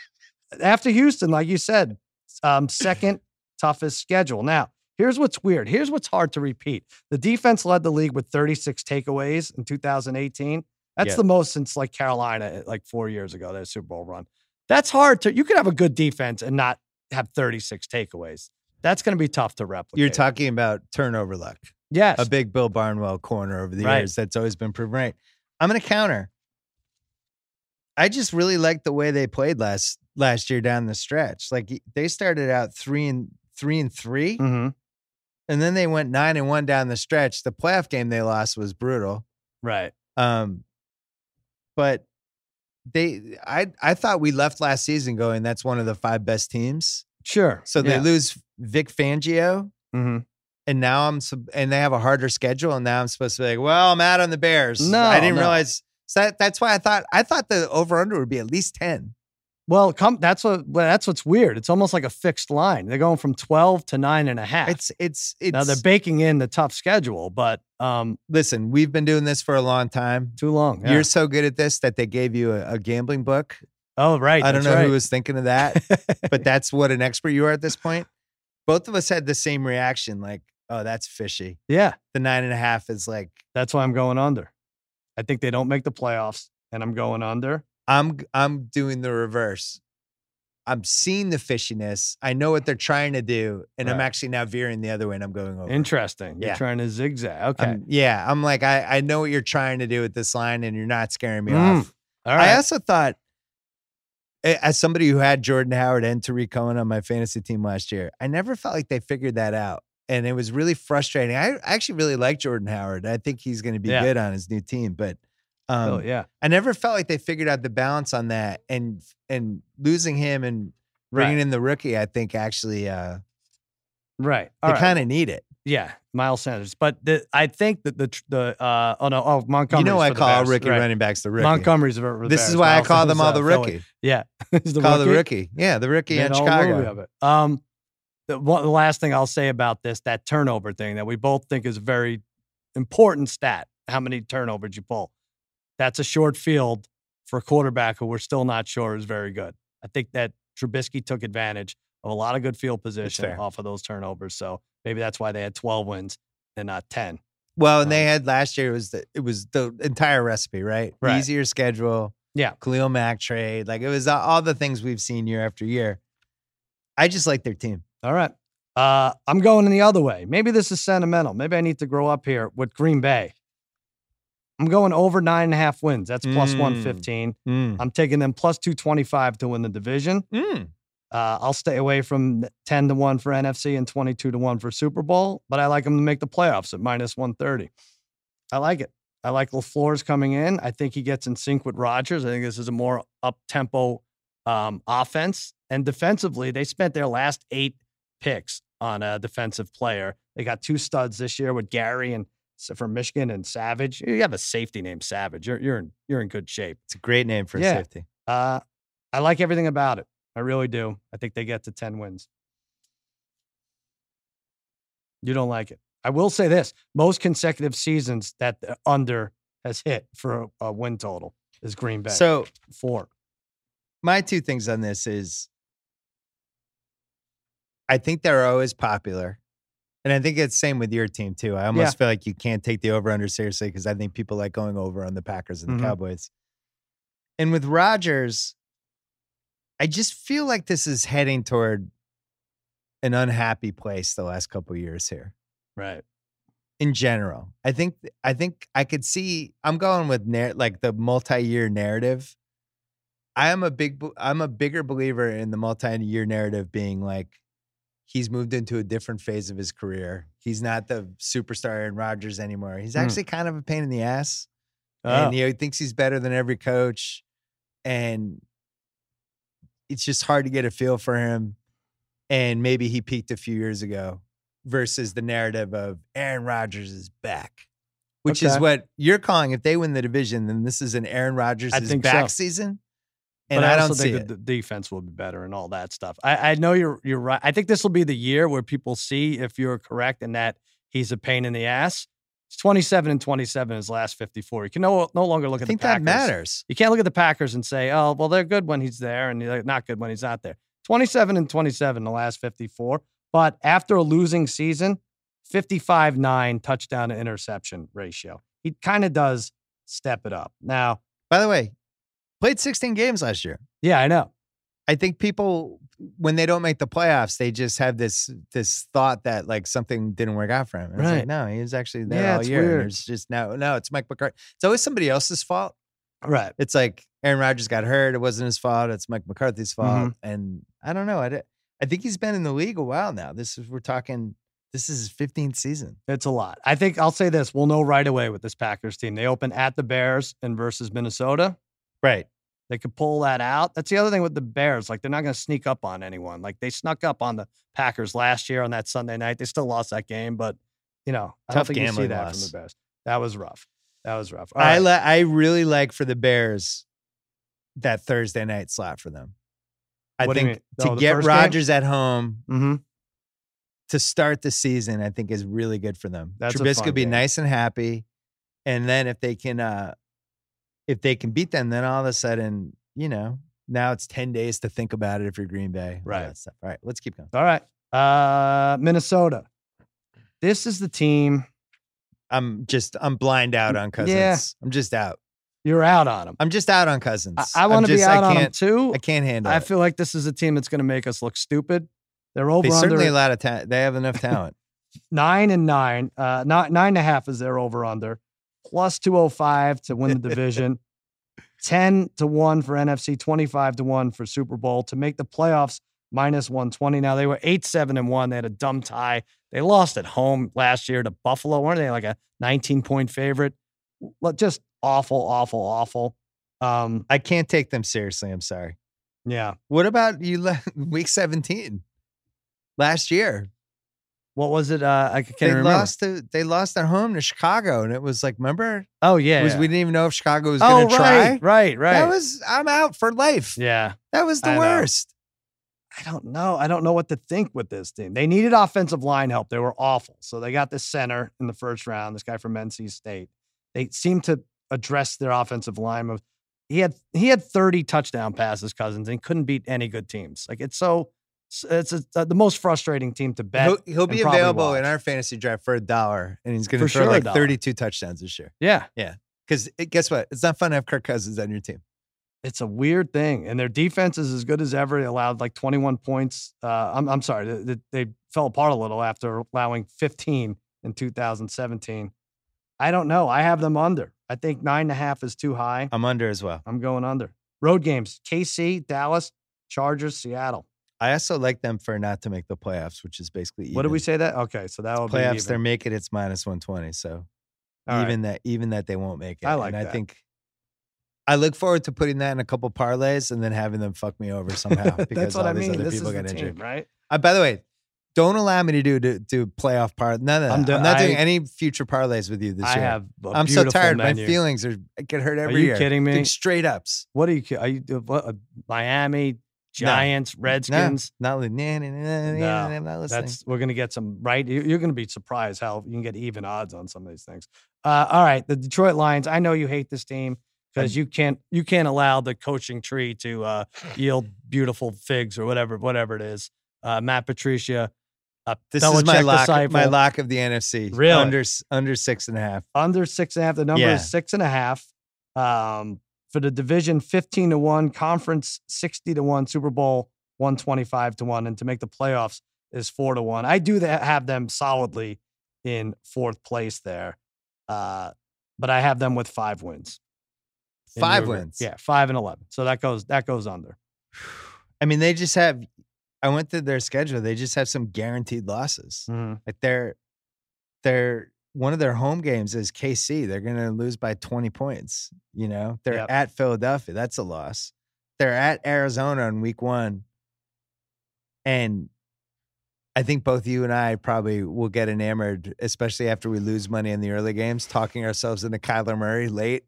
after Houston, like you said, um, second toughest schedule. Now, here's what's weird. Here's what's hard to repeat. The defense led the league with 36 takeaways in 2018. That's
Yeah.
the most since like Carolina, eh, like four years ago, their Super Bowl run. That's hard to. You could have a good defense and not have 36 takeaways. That's going to be tough to replicate.
You're talking about turnover luck,
Yes.
a big Bill Barnwell corner over the
Right.
years that's always been proven right. I'm going to counter. I just really like the way they played last last year down the stretch. Like y- they started out three and three and 3
Mhm.
and then they went nine and one down the stretch. The playoff game they lost was brutal.
Right.
Um, but they, I, I thought we left last season going. That's one of the five best teams.
Sure.
So they lose Vic Fangio,
hmm
and now I'm sub- and they have a harder schedule, and now I'm supposed to be like, well, I'm out on the Bears.
No,
I didn't
no.
realize. So that, that's why I thought I thought the over under would be at least ten.
Well, come. That's what. Well, that's what's weird. It's almost like a fixed line. They're going from twelve to nine and a half.
It's it's it's.
now they're baking in the tough schedule, but um,
listen, we've been doing this for a long time.
too long. yeah.
You're so good at this that they gave you a, a gambling book.
oh right.
I don't
that's
know
right.
who was thinking of that. but that's what an expert you are at this point. Both of us had the same reaction. Like, Oh, that's fishy.
Yeah,
The nine and a half is like
that's why I'm going under. I think they don't make the playoffs, and I'm going under.
I'm g- I'm doing the reverse. I'm seeing the fishiness. I know what they're trying to do, and I'm
Right.
actually now veering the other way, and I'm going over.
Interesting. You're
Yeah.
trying to zigzag. Okay.
I'm- yeah, I'm like I I know what you're trying to do with this line, and you're not scaring me
Mm.
off.
All right.
I also thought, a- as somebody who had Jordan Howard and Tariq Cohen on my fantasy team last year, I never felt like they figured that out. And it was really frustrating. I actually really like Jordan Howard. I think he's going to be
Yeah.
good on his new team, but um,
Phil, yeah.
I never felt like they figured out the balance on that. And and losing him and bringing
Right.
in the rookie, I think actually uh,
Right. All
they
right.
kind of need it.
yeah. Miles Sanders, but the, I think that the tr- the uh oh no oh
you
Montgomery.
know, I call rookie running backs the rookie.
Montgomery's a r-
this is
Bears.
why I
Miles
call them
Sanders,
all
uh,
the
Philly.
rookie.
Yeah. He's
call the rookie. Yeah, the rookie
Made
in
a whole
Chicago.
movie of it. Um, the, one, the last thing I'll say about this that turnover thing that we both think is a very important stat. How many turnovers you pull? That's a short field for a quarterback who we're still not sure is very good. I think that Trubisky took advantage of a lot of good field position
fair.
off of those turnovers. So maybe that's why they had 12 wins and not 10.
Well, and they
Um,
had last year was the it was the entire recipe, right? The
Right.
Easier schedule.
Yeah.
Khalil Mack trade. Like it was a- all the things we've seen year after year. I just like their team.
All right. Uh, I'm going the other way. Maybe this is sentimental. Maybe I need to grow up here with Green Bay. I'm going over nine and a half wins. That's plus
Mm.
115.
Mm.
I'm taking them plus 225 to win the division. Uh, I'll stay away from 10 to 1 for NFC and 22 to 1 for Super Bowl, but I like them to make the playoffs at minus 130. I like it. I like LaFleur's coming in. I think he gets in sync with Rodgers. I think this is a more up tempo um, offense. And defensively, they spent their last eight picks on a defensive player. They got two studs this year with Gary and from Michigan and Savage. You have a safety named Savage. You're, you're, in, you're in good shape.
It's a great name for a
Yeah.
safety.
Uh, I like everything about it. I really do. I think they get to 10 wins. You don't like it. I will say this most consecutive seasons that the under has hit for a, a win total is Green Bay.
So
four.
my two things on this is I think they're always popular. And I think it's same with your team too. I almost feel like you can't take the over under seriously because I think people like going over on the Packers and the
Mhm.
Cowboys. And with Rodgers, I just feel like this is heading toward an unhappy place the last couple years here
Right.
in general. I think I think I could see. I'm going with narr- like the multi-year narrative. I am a big. be- I'm a bigger believer in the multi-year narrative being like he's moved into a different phase of his career. He's not the superstar Aaron Rodgers anymore. He's
Mm.
actually kind of a pain in the ass,
Oh,
and you know, he thinks he's better than every coach, and it's just hard to get a feel for him. And maybe he peaked a few years ago versus the narrative of Aaron Rodgers is back, which is
Okay.
what you're calling. If they win the division, then this is an Aaron Rodgers
I
is
think
back
so.
season.
but
And I, don't
also
see
think
it.
that the defense will be better and all that stuff. I, I know you're you're right. I think this will be the year where people see if you're correct and that he's a pain in the ass. It's 27 and 27 his last 54. You can no, no longer look
I
at
think
the Packers.
that matters.
You can't look at the Packers and say, oh, well, they're good when he's there and they're not good when he's not there. 27 and 27 the last 54. But after a losing season, 55 9 touchdown to interception ratio. He kind of does step it up. Now,
By the way, played 16 games last year.
yeah, I know.
I think people when they don't make the playoffs, they just have this this thought that like something didn't work out for him. And It's like,
Right.
no, he was actually there
Yeah,
all
it's
year. and
weird.
It's just no, no, it's Mike McCarthy. It's always somebody else's fault.
Right.
It's like Aaron Rodgers got hurt. It wasn't his fault. It's Mike McCarthy's fault. And I don't know. I, d- I think he's been in the league a while now. This is we're talking. This is his 15th season.
It's a lot. I think I'll say this we'll know right away with this Packers team. They open at the Bears and versus Minnesota.
Right.
They could pull that out. That's the other thing with the Bears. Like, they're not going to sneak up on anyone. Like, they snuck up on the Packers last year on that Sunday night. They still lost that game, but, you know, I
Tough
don't think you see
gambling
that
loss.
from the Bears. That was rough. That was rough. All
I
right.
li- I really like for the Bears that Thursday night slot for them. I
What do you
think
mean?
to
Oh, the
get
first game?
Rodgers at home
Mhm.
to start the season, I think is really good for them.
That's a
Trubisky will
fun
be
game.
nice and happy, and then if they can, uh if they can beat them, then all of a sudden, you know, now it's ten days to think about it if you're Green Bay, all
Right.
that stuff. All right, let's keep going.
All right. Uh, Minnesota. This is the team
I'm just I'm blind out on Cousins.
Yeah.
I'm just out.
you're out on them.
I'm just out on Cousins.
I, I
I'm
want to be
just-
out
I
on them
can't,
too.
I can't handle.
I
it.
feel like this is a team that's going to make us look stupid. They're over
They certainly a
under
lot of ta- They have enough talent.
nine and nine. Uh, not nine and a half is their over under, plus two hundred five to win the division. Ten to one for NFC, twenty five to one for Super Bowl to make the playoffs. Minus one twenty. Now they were eight seven and one. They had a dumb tie. They lost at home last year to Buffalo. weren't they like a nineteen point favorite? Look, Just awful, awful, awful. Um,
I can't take them seriously. I'm sorry.
yeah.
What about you? le- Week 17 last year,
What was it? Uh, I can't
they
remember.
lost. To, they lost at home to Chicago, and it was like, remember,
oh yeah.
It was
yeah.
we didn't even know if Chicago was
oh
going to try.
right, right, right.
That was I'm out for life.
yeah.
That was the
I know.
worst.
I don't know. I don't know what to think with this team. They needed offensive line help. They were awful. So they got this center in the first round, this guy from NC State. They seemed to address their offensive line of he had he had 30 touchdown passes, cousins, and couldn't beat any good teams. Like it's so it's a, the most frustrating team to bet.
He'll, he'll be
and probably
available in
watch.
our fantasy draft for a dollar, and he's going to
For
throw
sure a
like
dollar.
32 touchdowns this year.
yeah.
Because guess what? It's not fun to have Kirk Cousins on your team.
it's a weird thing. And their defense is as good as ever. They allowed like 21 points. Uh, I'm, I'm sorry, th- th- they, fell apart a little after allowing 15 in 2017. I don't know. I have them under. I think nine and a half is too high.
I'm under as well.
I'm going under. Road games KC, Dallas, Chargers, Seattle.
I also like them for not to make the playoffs, which is basically even.
What did we say that? Okay. So that will be
Playoffs, they're
even.
making it's minus 120. So
All right.
even that, even that they won't make it.
I like
and I
that.
think I look forward to putting that in a couple parlays and then having them fuck me over somehow because
That's what
all
I
these
mean.
other
This is
people
the
got
team,
injured.
right?
Uh, by the way, don't allow me to do do, do playoff parlay. None of that.
I'm
I'm,
do-
not doing
I-
any future parlays with you this
I
year.
have. i
I'm so tired.
Menu.
My feelings are I get hurt
Are
every
you
year.
kidding me?
Think straight ups.
What are you? ki- Are you uh, what, uh, Miami, Giants, Redskins?
Not like nah, nah, nah, nah, nah,
No,
nah, I'm not listening.
That's we're gonna get some right. you- You're gonna be surprised how you can get even odds on some of these things. Uh, all right, the Detroit Lions. I know you hate this team because you can't you can't allow the coaching tree to uh, yield beautiful figs or whatever whatever it is. Uh, Matt Patricia, uh,
this is my
Belichick
lock. My
disciple,
lock of the NFC.
Really?
Under s- under six and a half.
under six and a half. The number
Yeah.
is six and a half. Um, for the division, fifteen to one. Conference, sixty to one. Super Bowl, one twenty-five to one. And to make the playoffs is four to one. I do that, have them solidly in fourth place there, uh, but I have them with five wins. And
Five
you're-
wins.
Yeah, five and eleven. So that goes that goes under.
I mean, they just have. I went through their schedule. They just have some guaranteed losses.
Mm.
Like they're they're one of their home games is KC. They're going to lose by 20 points, you know. They're
Yep.
at Philadelphia. That's a loss. They're at Arizona in week 1. And I think both you and I probably will get enamored, especially after we lose money in the early games, talking ourselves into Kyler Murray late.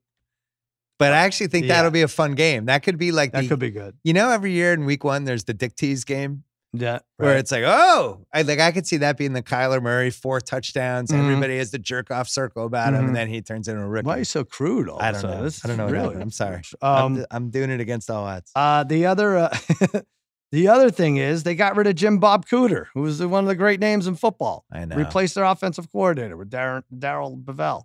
But I actually think
Yeah.
that'll be a fun game. That could be like
That
the,
could be good.
you know, every year in week one, there's the Dick Tease game
Yeah,
where
right.
it's like, oh, I like I could see that being the Kyler Murray four touchdowns.
Mhm.
Everybody has the jerk off circle about him,
Mhm.
and then he turns into a rookie.
why are you so crude? All
I
of a
don't
sudden?
know.
This
I don't
is
know what
really-
happened. I'm sorry.
Um,
I'm, I'm doing it against all odds.
Uh, the other, uh, the other thing is they got rid of Jim Bob Cooter, who was one of the great names in football.
I know.
Replaced their offensive coordinator with Darren Daryl Bevell.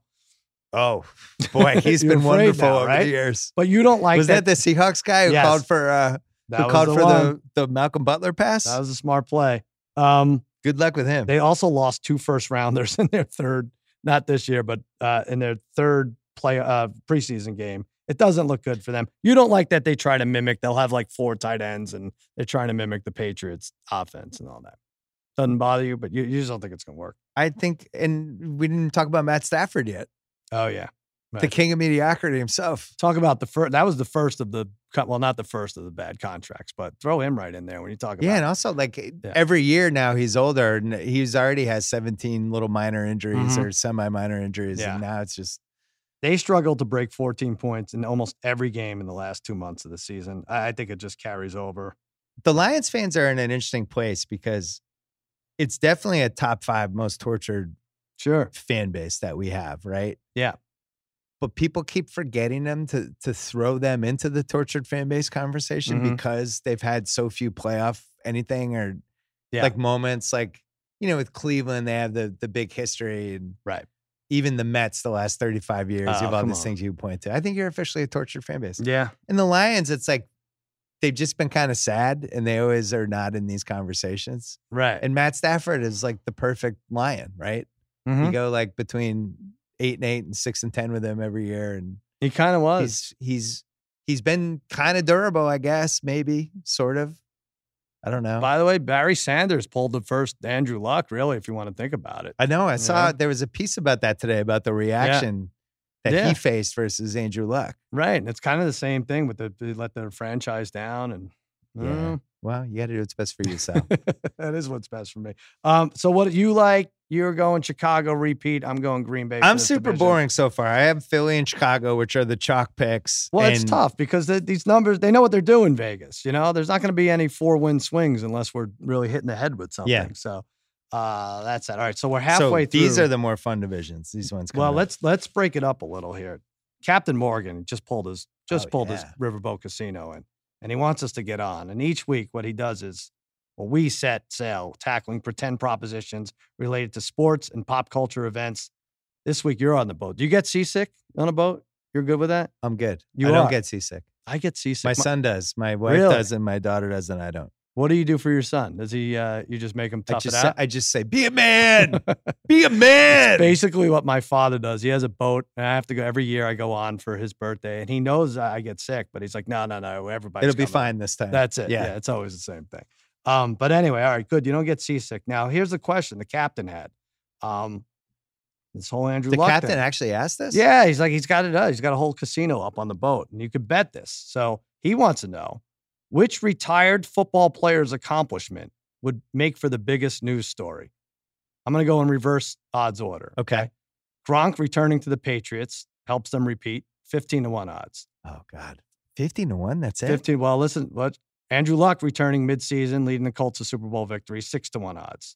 oh boy, he's
You're
been
afraid
wonderful
now,
over
right?
the years.
But you don't like
was that, the Seahawks guy who
Yes.
called for uh,
That
who
was
called
the
for
one.
the the Malcolm Butler pass?
That was a smart play. Um,
Good luck with him.
they also lost two first rounders in their third, not this year, but uh, in their third play uh, preseason game. It doesn't look good for them. You don't like that they try to mimic. They'll have like four tight ends, and they're trying to mimic the Patriots' offense and all that. Doesn't bother you, but you, you just don't think it's gonna work.
I think, and we didn't talk about Matt Stafford yet,
Oh yeah.
the
Right.
king of mediocrity himself.
Talk about the first. That was the first of the con- well, not the first of the bad contracts, but throw him right in there when you talk about.
Yeah, and also like eh,
Yeah.
every year now he's older and he's already has 17 little minor injuries
Mhm.
or semi minor injuries, and now it's just
they struggled to break 14 points in almost every game in the last two months of the season. I, I think it just carries over.
the Lions fans are in an interesting place because it's definitely a top five most tortured
Sure.
fan base that we have, right?
Yeah.
But people keep forgetting them to to throw them into the tortured fan base conversation
Mhm.
because they've had so few playoff anything or
Yeah.
like moments like you know, with Cleveland, they have the the big history and
Right.
Even the Mets, the last 35 years, you
Oh,
have all
come
these
on.
things you point to. I think you're officially a tortured fan base.
Yeah.
And the Lions, it's like they've just been kind of sad and they always are not in these conversations.
Right.
And Matt Stafford is like the perfect lion, right? You
Mhm.
go like between eight and eight and six and ten with him every year. And
He kind of was.
he's he's he's been kind of durable, I guess, maybe, sort of. I don't know.
By the way, Barry Sanders pulled the first Andrew Luck, really, if you want to think about it.
I know. I
you
saw
know?
there was a piece about that today about the reaction that
Yeah.
he faced versus Andrew Luck.
Right. And it's kind of the same thing with the they let their franchise down and mm, I don't
Yeah.
know.
Well, you got to do what's best for yourself.
that is what's best for me. Um, so what you like, you're going Chicago repeat. I'm going Green Bay. for
I'm
this
super
division.
boring so far. I have Philly and Chicago, which are the chalk picks.
Well, it's
and
tough because the, these numbers, they know what they're doing, Vegas. You know, there's not going to be any four win swings unless we're really hitting the head with something. So uh, that's that. All right. So we're halfway
so
through.
These are the more fun divisions. These ones.
Well,
coming up.
let's let's break it up a little here. Captain Morgan just pulled his just
Oh,
pulled his
yeah.
Riverboat Casino in, and he wants us to get on. And each week, what he does is, well, we set sail tackling pretend propositions related to sports and pop culture events. This week, you're on the boat. Do you get seasick on a boat? You're good with that.
I'm good.
You
I
are.
don't get seasick.
I get seasick.
My
My-
son does. My wife
Really?
doesn't. My daughter doesn't. I don't.
what do you do for your son? Does he? Uh, you just make him
I
tough
just.
it
say-
out.
I just say, be a man. be a man.
It's basically what my father does. He has a boat, and I have to go every year. I go on for his birthday, and he knows I I get sick, but he's like, "No, no, no, everybody."
It'll be fine this time.
That's it. Yeah.
Yeah.
it's always the same thing. Um, but anyway, all right, good. You don't get seasick. Now, here's the question: the captain had um, this whole Andrew.
the
Luck
captain
thing.
actually asked this.
Yeah, he's like he's got it. uh, He's got a whole casino up on the boat, and you could bet this. So he wants to know which retired football player's accomplishment would make for the biggest news story. I'm going to go in reverse odds order.
Okay.
Gronk returning to the Patriots helps them repeat 15 to 1 odds.
Oh God. Fifteen to one. That's it.
15. Well, listen, what Andrew Luck returning midseason, leading the Colts to Super Bowl victory, 6 to 1 odds.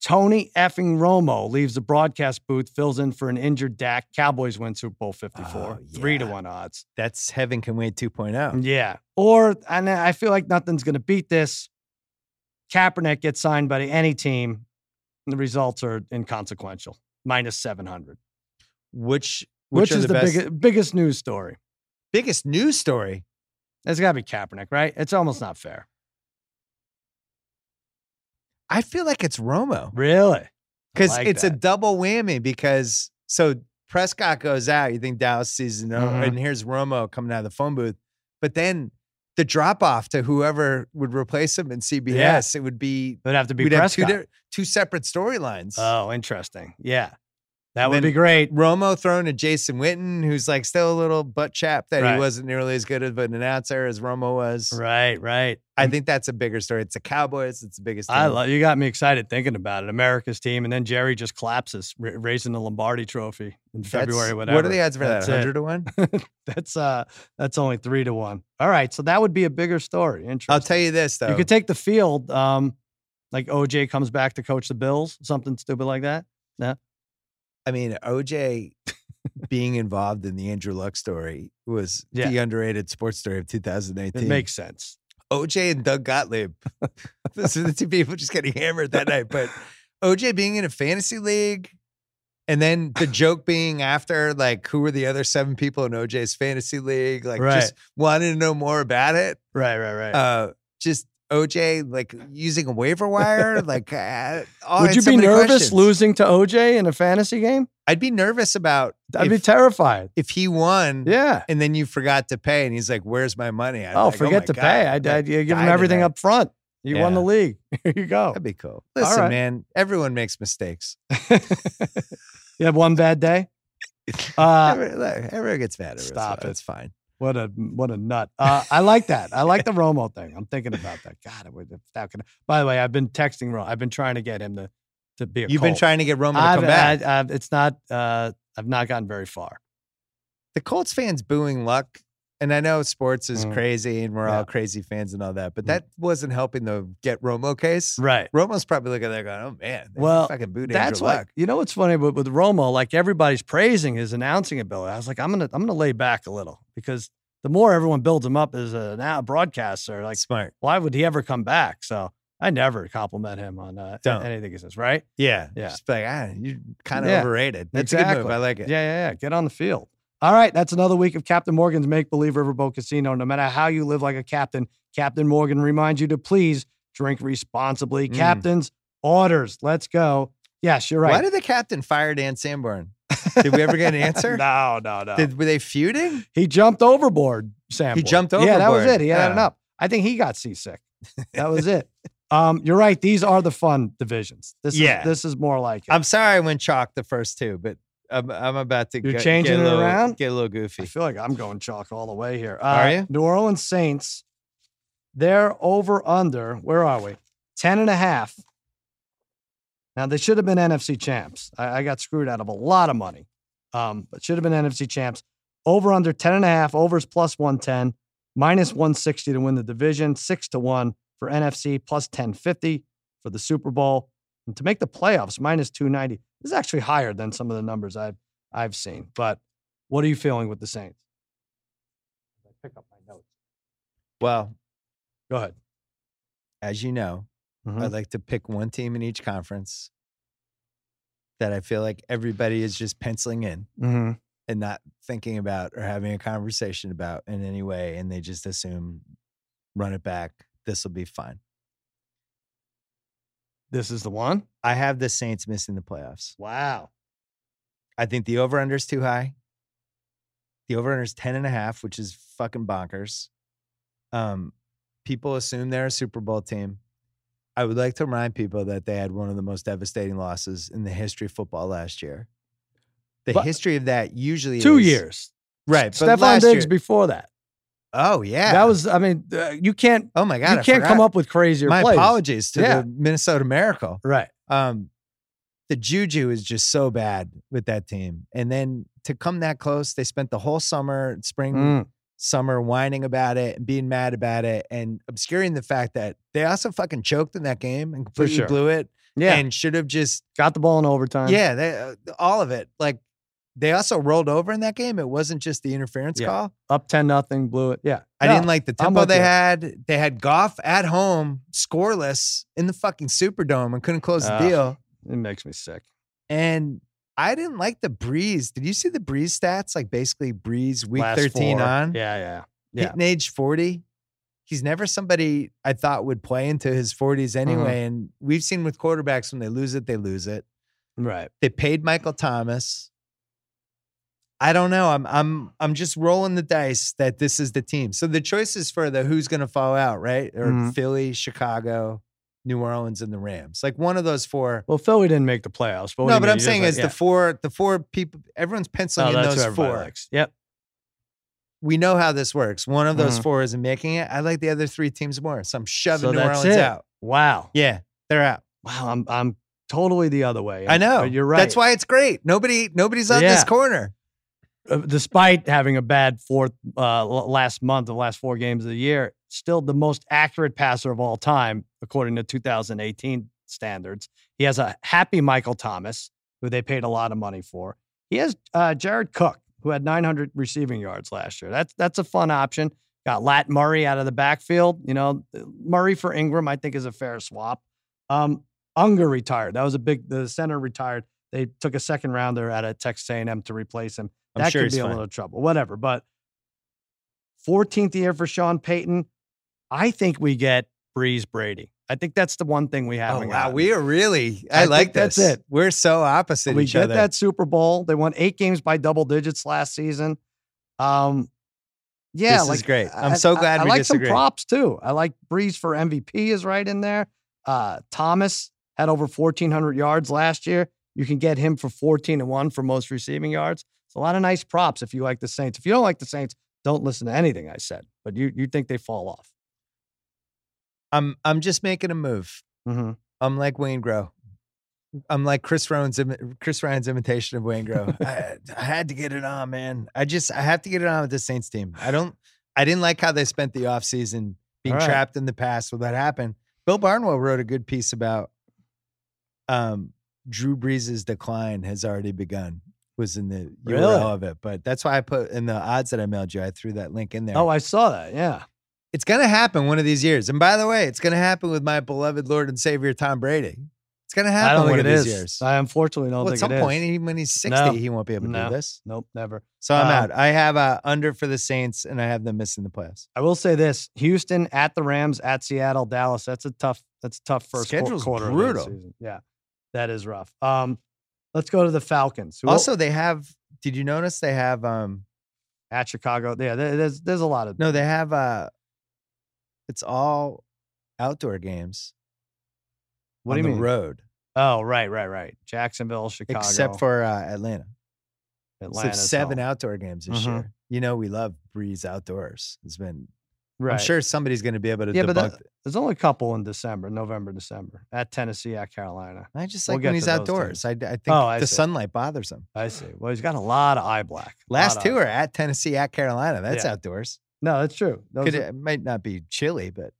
Tony effing Romo leaves the broadcast booth, fills in for an injured Dak. Cowboys win Super Bowl 54,
Oh,
3 to
yeah. Oh.
1 odds.
That's heaven can wait 2.0.
Yeah. Or, and I feel like nothing's going to beat this. Kaepernick gets signed by any team, and the results are inconsequential, minus 700,
Which
which,
which, are
is the,
the, best,
biggest, biggest news story.
biggest news story?
It's got to be Kaepernick, right? It's almost not fair.
I feel like it's Romo
Really?
because
like
it's a
that.
double whammy. Because so Prescott goes out, you think Dallas sees no,
Mhm.
and here's Romo coming out of the phone booth, but then the drop off to whoever would replace him in CBS, it would be
It would have to be
we'd
Prescott.
have two di- two separate storylines.
Oh, interesting. Yeah. That would
Then-
be great.
Romo thrown to Jason Witten, who's like still a little butt chap that
Right.
he wasn't nearly as good of an announcer as Romo was.
Right, right.
I think that's a bigger story. It's the Cowboys. It's the biggest.
Mm. I
team.
love you got me excited thinking about it. America's team and then Jerry just collapses ra- raising the Lombardi trophy in
That's-
February whatever.
What are the odds for
That's it.
that? Hundred to one.
That's uh that's only 3 to 1. All right, so that would be a bigger story. Interesting.
I'll tell you this though.
You could take the field um like OJ comes back to coach the Bills, something stupid like that.
I mean, OJ being involved in the Andrew Luck story was
Yeah.
the underrated sports story of
It
2018.
makes sense.
OJ and Doug Gottlieb. Those are the two people just getting hammered that night. But OJ being in a fantasy league, and then the joke being after, like, who were the other seven people in OJ's fantasy league? Like,
Right.
just wanting to know more about it.
Right, right, right.
uh just OJ like using a waiver wire like uh, oh, I
would
had
you
so
be
many
nervous
questions.
losing to OJ in a fantasy game?
I'd be nervous about
I'd be
if, Mm.
terrified.
if he won
Yeah.
and then you forgot to pay and he's like where's my money I'd be
Oh,
like,
forget
my
to
God,
pay. I,
I'd,
I,
like, oh,
you give
die
them everything
tonight.
up front. You won the
Yeah.
league. Here you go.
that'd be cool
All
listen
right.
man everyone makes mistakes
you had one bad day. Uh,
Every- look, everyone gets mad at us,
stop
so
it.
it's fine
what a what a nut. Uh, I like that. I like the Romo thing. I'm thinking about that. God, it would if that could. By the way, I've been texting Romo. I've been trying to get him to to be a.
you've been
Colt.
trying to get Roman
I've,
to come back
I, I've, it's not. Uh, I've not gotten very far.
the Colts fans booing Luck and I know sports is
Mm.
crazy and we're
Yeah.
all crazy fans and all that but
Mm.
that wasn't helping the get Romo case
Right.
Romo's probably looking there going, "Oh man, they
Well,
fucking boot
That's
Andrew
why
Luck."
you know what's funny with, with Romo, like everybody's praising his announcing ability. I was like, I'm gonna I'm gonna lay back a little because the more everyone builds him up as a now broadcaster, like
smart.
why would he ever come back? So I never compliment him on uh,
Don't.
anything he says, right?
Yeah.
Yeah.
Just be like, ah, you're kind of
Yeah.
overrated. That's a good move.
Exactly.
I like it.
Yeah, yeah, yeah. Get on the field. All right, that's another week of Captain Morgan's Make Believe Riverboat Casino. No matter how you live like a captain, Captain Morgan reminds you to please drink responsibly.
Mm.
Captain's orders. Let's go. Yes, you're right.
Why did the captain fire Dan Sanborn? Did we ever get an answer?
no, no, no.
Did, were they feuding?
he jumped overboard, Sam.
jumped
Yeah, that was
overboard. Oh.
it. He had
Yeah.
it up. I think he got seasick. That was it. Um, you're right. These are the fun divisions. This
Yeah.
is this is more like it.
I'm sorry I went chalk the first two, but I'm, I'm about to
You're
get-
changing
get a
it
little,
around?
Get a little
I
goofy.
feel like I'm going chalk all the way here. Uh,
Are you?
New Orleans Saints, they're over under, where are we? 10 and a half. Now, they should have been NFC champs. I, I got screwed out of a lot of money, um, but should have been NFC champs. Over under 10 and a half, overs plus 110, minus 160 to win the division, six to one for NFC, plus 1050 for the Super Bowl. And to make the playoffs, minus 290. This is actually higher than some of the numbers I've, I've seen, but what are you feeling with the Saints? I pick up my notes.
Well,
Go ahead.
as you know,
Mhm.
I'd like to pick one team in each conference that I feel like everybody is just penciling in and not thinking about or having a conversation about in any way. And they just assume, run it back. This will be fine.
This is the one.
I have the Saints missing the playoffs.
Wow.
I think the over under is too high. The over under is 10 and a half, which is fucking bonkers. Um, people assume they're a Super Bowl team. I would like to remind people that they had one of the most devastating losses in the history of football last year. The
But-
history of that usually
Two
is-
years.
right? But
Stephon
last
Diggs
year-
before that.
oh yeah,
That was. I mean, uh, you can't.
oh my god,
you
I
can't come
forgot.
up with crazier
My
plays.
apologies to
Yeah.
the Minnesota Miracle.
Right.
um the juju is just so bad with that team and then to come that close they spent the whole summer spring
Mm.
summer whining about it and being mad about it and obscuring the fact that they also fucking choked in that game and completely
sure.
blew it
Yeah.
and should have just
Got the ball in overtime.
yeah they, uh, all of it like they also rolled over in that game it wasn't just the interference
Yeah.
call
Up ten nothing. Blew it. Yeah.
I
No,
didn't like the
I'm
tempo
with
they
you.
had. They had Goff at home, scoreless in the fucking Superdome, and couldn't close the
Ah.
deal.
It makes me sick.
And I didn't like the Breeze. Did you see the Breeze stats? Like basically Breeze week
Last
13
four.
on,
Yeah. Yeah. yeah.
hitting age 40. He's never somebody I thought would play into his 40s
Mm-hmm.
anyway. And we've seen with quarterbacks when they lose it, they lose it.
Right.
They paid Michael Thomas. I don't know. I'm I'm I'm just rolling the dice that this is the team. So the choices for the who's going to fall out, right? Or
Mhm.
Philly, Chicago, New Orleans, and the Rams. Like one of those four
Well, Philly didn't make the playoffs. But what do
no,
you
but
mean?
I'm
You just
saying
like-
is
yeah.
the four, the four people, everyone's
No,
penciling in
that's who
those
everybody
four.
likes. Yep.
We know how this works. One of those
Mhm.
four isn't making it. I like the other three teams more, so I'm shoving
So
New
that's
Orleans
it.
out.
Wow.
Yeah, they're out.
Wow. I'm. I'm totally the other way.
I know.
But you're right.
That's why it's great. Nobody, nobody's on this
Yeah.
corner.
uh, despite having a bad fourth uh, l- last month, the last four games of the year, still the most accurate passer of all time according to 2018 standards. He has a happy Michael Thomas, who they paid a lot of money for. He has uh, Jared Cook, who had 900 receiving yards last year. That's that's a fun option. Got Lat Murray out of the backfield. You know, uh, Murray for Ingram, I think, is a fair swap. Um, Unger retired. That was a big. The center retired. They took a second rounder out of Texas A&M to replace him
I'm
that
sure
could
he's
be a
fine.
little trouble. Whatever. But 14th year for Sean Payton. I think we get Breeze Brady. I think that's the one thing we
Oh
haven't
wow,
gotten.
we are really.
I
I,
think
like
that's
this.
it.
We're so opposite
we
each
get
other.
that Super Bowl. They won eight games by double digits last season. Um, yeah,
This is
like,
great. I'm
I-
so
I-
glad
I,
we
like
disagree.
some props too. I like Breeze for MVP is right in there. Uh, Thomas had over 1,400 yards last year. You can get him for 14 and one for most receiving yards. It's a lot of nice props if you like the Saints. If you don't like the Saints, don't listen to anything I said. But you you think they fall off?
I'm, I'm just making a move.
Mhm.
I'm like Wayne Grow. I'm like Chris Ryan's Chris Ryan's imitation of Wayne Grow. I, I had to get it on, man. I just I have to get it on with the Saints team. I don't I didn't like how they spent the offseason being
All right.
trapped in the past. Well, that happened. Bill Barnwell wrote a good piece about um Drew Brees' decline has already begun. Was in the URL
Really?
of it, but that's why I put in the odds that I mailed you. I threw that link in there.
Oh, I saw that. Yeah,
It's going to happen one of these years. And by the way, it's going to happen with my beloved Lord and Savior Tom Brady. It's going to
I
happen
don't
one
think it
of these
is.
years.
I unfortunately don't
well, at
think
some
it is.
point, he- when he's 60,
No.
he won't be able to
No.
do this.
Nope, never.
So I'm
Um,
out. I have a under for the Saints, and I have them missing the playoffs.
I will say this: Houston at the Rams, at Seattle, Dallas. That's a tough. That's a tough first qu-
Schedule's
quarter. of the
brutal.
season. Yeah, that is rough. Um, let's go to the Falcons. who-
Also, they have. Did you notice they have? um
at Chicago. Yeah, there- there's there's a lot of
No, they have. uh It's all outdoor games.
What
on
do you
the
mean?
Road,
Oh, right, right, right. Jacksonville, Chicago,
except for uh, Atlanta. So
Atlanta,
it's seven outdoor games this
Mhm.
year. You know, we love Breeze Outdoors. It's been.
Right.
I'm sure somebody's going to be able to
Yeah,
debunk.
but that-
th-
There's only a couple in December, November, December at Tennessee, at Carolina.
I just
we'll
like
get
when he's
to those
outdoors. I, I think
Oh, I
the
see.
sunlight bothers him.
I see. Well, he's got a lot of eye black. A
Last
lot of-
two are at Tennessee, at Carolina. That's
Yeah.
outdoors.
No, that's true. Those
Could,
are-
it might not be chilly, but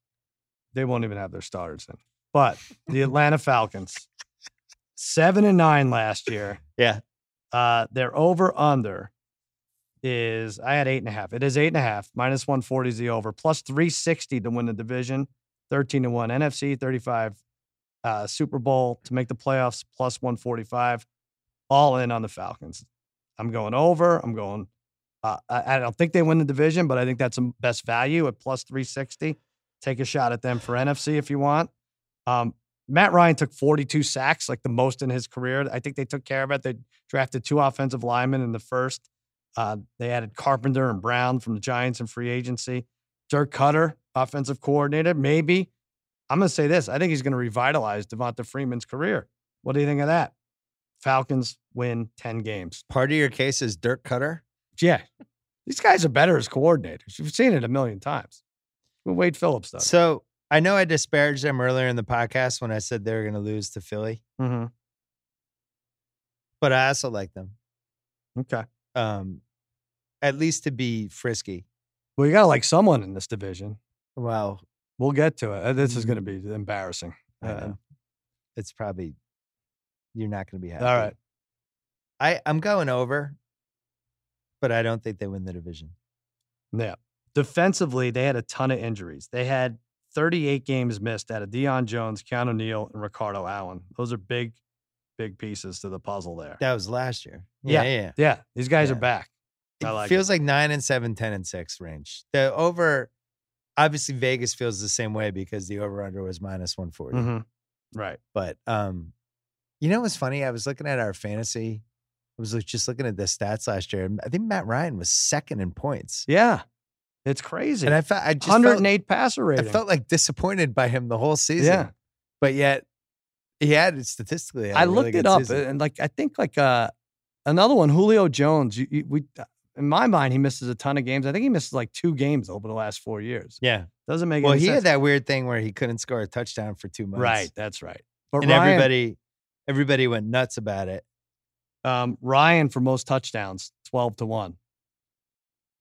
they won't even have their starters in. But the Atlanta Falcons, seven and nine last year.
Yeah.
Uh, their over under is I had eight and a half. It is eight and a half. Minus one forty is the over. Plus three sixty to win the division. Thirteen to one NFC. Thirty five uh, Super Bowl to make the playoffs. Plus one forty five. All in on the Falcons. I'm going over. I'm going. Uh, I, I don't think they win the division, but I think that's the best value at plus three sixty take a shot at them for NFC if you want. Um, Matt Ryan took 42 sacks, like the most in his career. I think they took care of it. They drafted two offensive linemen in the first. Uh, they added Carpenter and Brown from the Giants in free agency. Dirk Cutter, offensive coordinator, maybe. I'm going to say this. I think he's going to revitalize Devonta Freeman's career. What do you think of that? Falcons win 10 games.
part of your case is Dirk Cutter.
Yeah. These guys are better as coordinators. You've seen it a million times. What Wade Phillips does.
So I know I disparaged them earlier in the podcast when I said they were going to lose to Philly,
Mhm.
but I also like them,
Okay.
um, at least to be frisky.
Well, you got to like someone in this division.
Well,
We'll get to it. Uh, This is going to be embarrassing.
I
Uh,
know. it's probably you're not going to be happy.
all right.
I I'm going over, but I don't think they win the division.
Yeah. Defensively, they had a ton of injuries. They had 38 games missed out of Deion Jones, Keanu Neal, and Ricardo Allen. Those are big, big pieces to the puzzle there.
That was last year.
Yeah.
yeah.
yeah. These guys
Yeah.
are back.
It
I like it.
feels like nine and seven, 10 and six range. The over, obviously Vegas feels the same way because the over under was minus 140.
Mhm. Right.
But um, you know what's funny? I was looking at our fantasy. I was like, just looking at the stats last year. and I think Matt Ryan was second in points,
Yeah. It's crazy.
and I felt I just felt,
108 passer
I
rating.
felt like disappointed by him the whole season.
Yeah.
but yet he had it statistically. had
I
a really
looked it
good
up,
season.
and like I think like uh, another one, Julio Jones. You, you, we, uh, in my mind, he misses a ton of games. I think he misses like two games over the last four years.
yeah,
Doesn't make
well,
any
he
sense.
had that weird thing where he couldn't score a touchdown for two months,
right, that's right. But
and
Ryan,
everybody, everybody went nuts about it.
um, Ryan for most touchdowns, twelve to one.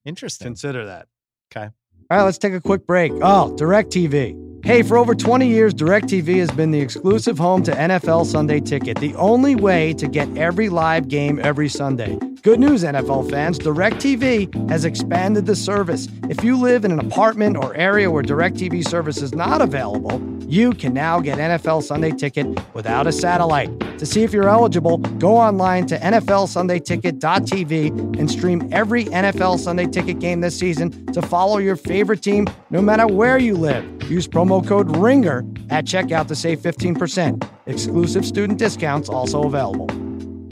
Interesting.
Consider that.
'Kay.
All right, let's take a quick break. Oh, DirecTV. Hey, for over 20 years, DirecTV has been the exclusive home to NFL Sunday Ticket, the only way to get every live game every Sunday. Good news, NFL fans, DirecTV has expanded the service. If you live in an apartment or area where DirecTV service is not available, you can now get NFL Sunday Ticket without a satellite. To see if you're eligible, go online to NFLSundayTicket.tv and stream every NFL Sunday Ticket game this season to follow your favorite team no matter where you live. Use promo code RINGER at checkout to save 15%. Exclusive student discounts also available.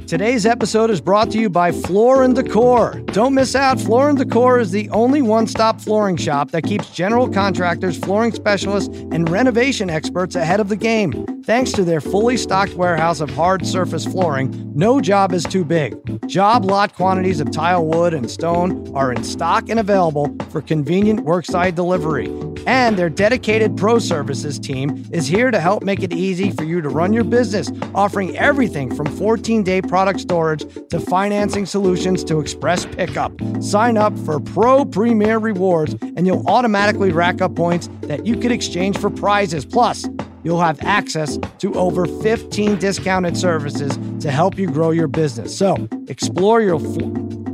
Today's episode is brought to you by Floor and Decor. Don't miss out. Floor and Decor is the only one-stop flooring shop that keeps general contractors, flooring specialists, and renovation experts ahead of the game. Thanks to their fully stocked warehouse of hard surface flooring, no job is too big. Job lot quantities of tile, wood, and stone are in stock and available for convenient worksite delivery. And their dedicated pro services team is here to help make it easy for you to run your business, offering everything from 14 day product storage to financing solutions to express pickup. Sign up for Pro Premier Rewards, and you'll automatically rack up points that you could exchange for prizes. Plus, you'll have access to over 15 discounted services to help you grow your business. So, explore your. fl-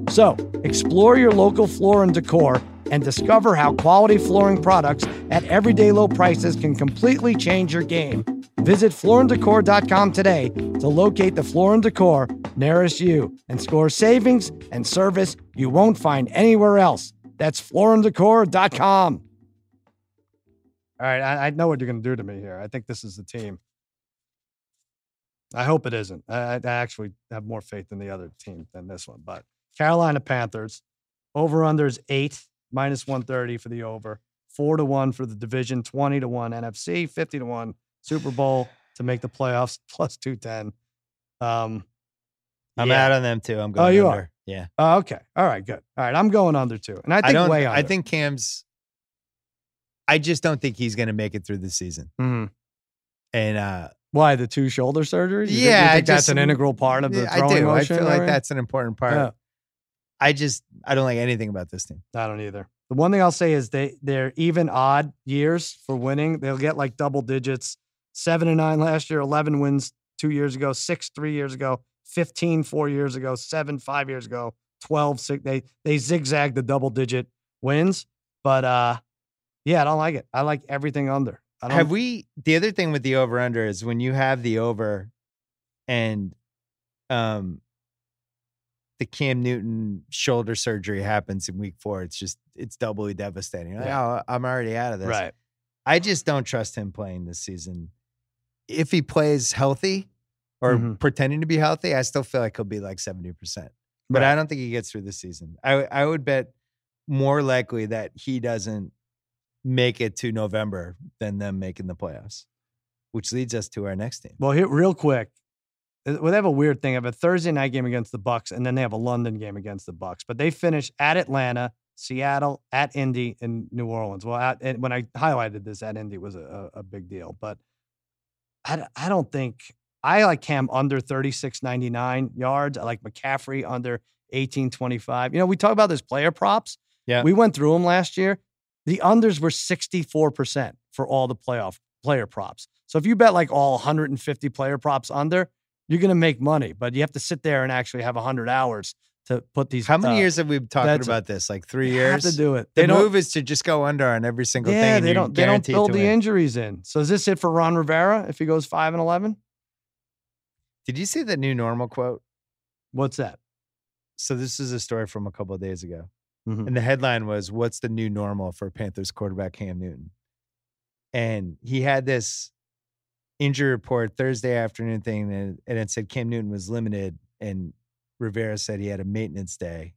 so, explore your local floor and decor and discover how quality flooring products at everyday low prices can completely change your game. Visit flooranddecor.com today to locate the Floor and Decor nearest you and score savings and service you won't find anywhere else. That's flooranddecor.com. All right, I, I know what you're going to do to me here. I think this is the team. I hope it isn't. I, I I actually have more faith in the other team than this one. But Carolina Panthers, over under is eight, minus 130 for the over, four to one for the division, 20 to one NFC, 50 to one Super Bowl to make the playoffs, plus 210. Um,
I'm
yeah. Oh,
out on them too. I'm going.
you
under.
are?
Yeah.
Oh, okay. All right. Good. All right. I'm going under two, and I think
don't.
way under.
I think Cam's. I just don't think he's going to make it through the season.
Mhm.
And uh,
why the two shoulder surgeries? You thi- you
Yeah, I
think that's
just-
an integral part of the
yeah, eh, I
throwing
do. I
motion.
feel like
they're in?
that's an important part.
Yeah.
I just I don't like anything about this team.
I don't either. The one thing I'll say is they they're even odd years for winning. They'll get like double digits. Seven and nine last year, eleven wins two years ago, six three years ago, 15 four years ago, seven five years ago, 12 six. They they zigzag the double digit wins, but uh, yeah, I don't like it. I like everything under. I don't,
Have we? The other thing with the over under is when you have the over, and um, the Cam Newton shoulder surgery happens in week four. It's just it's doubly devastating. You're like, oh, I'm already out of this.
right?
I just don't trust him playing this season. If he plays healthy or
Mhm.
pretending to be healthy, I still feel like he'll be like 70%. But I don't think he gets through the season. I, w- I would bet more likely that he doesn't make it to November than them making the playoffs, which leads us to our next team.
Well, here real quick. uh, Well, they have a weird thing. They have a Thursday night game against the Bucks, and then they have a London game against the Bucks. But they finish at Atlanta, Seattle, at Indy, and New Orleans. Well, at, and when I highlighted this, at Indy was a, a, a big deal. But I, d- I don't think I like Cam under 36.99 yards. I like McCaffrey under 18.25. You know, we talk about those player props.
Yeah.
We went through them last year. The unders were 64% for all the playoff player props. So if you bet like all 150 player props under, you're going to make money, but you have to sit there and actually have 100 hours to put these.
How many
uh,
years have we been talking
that's a-
about this? Like three
you
years?
have to do it.
the
They don't,
move is to just go under on every single thing.
yeah,
and
they
you're
don't. They don't
guaranteed to
build the
win.
injuries in. So is this it for Ron Rivera if he goes five and eleven?
Did you see the new normal quote?
What's that?
so this is a story from a couple of days ago.
Mhm.
And the headline was What's the new normal for Panthers quarterback Cam Newton? And he had this injury report Thursday afternoon thing, and, and it said Cam Newton was limited, and Rivera said he had a maintenance day,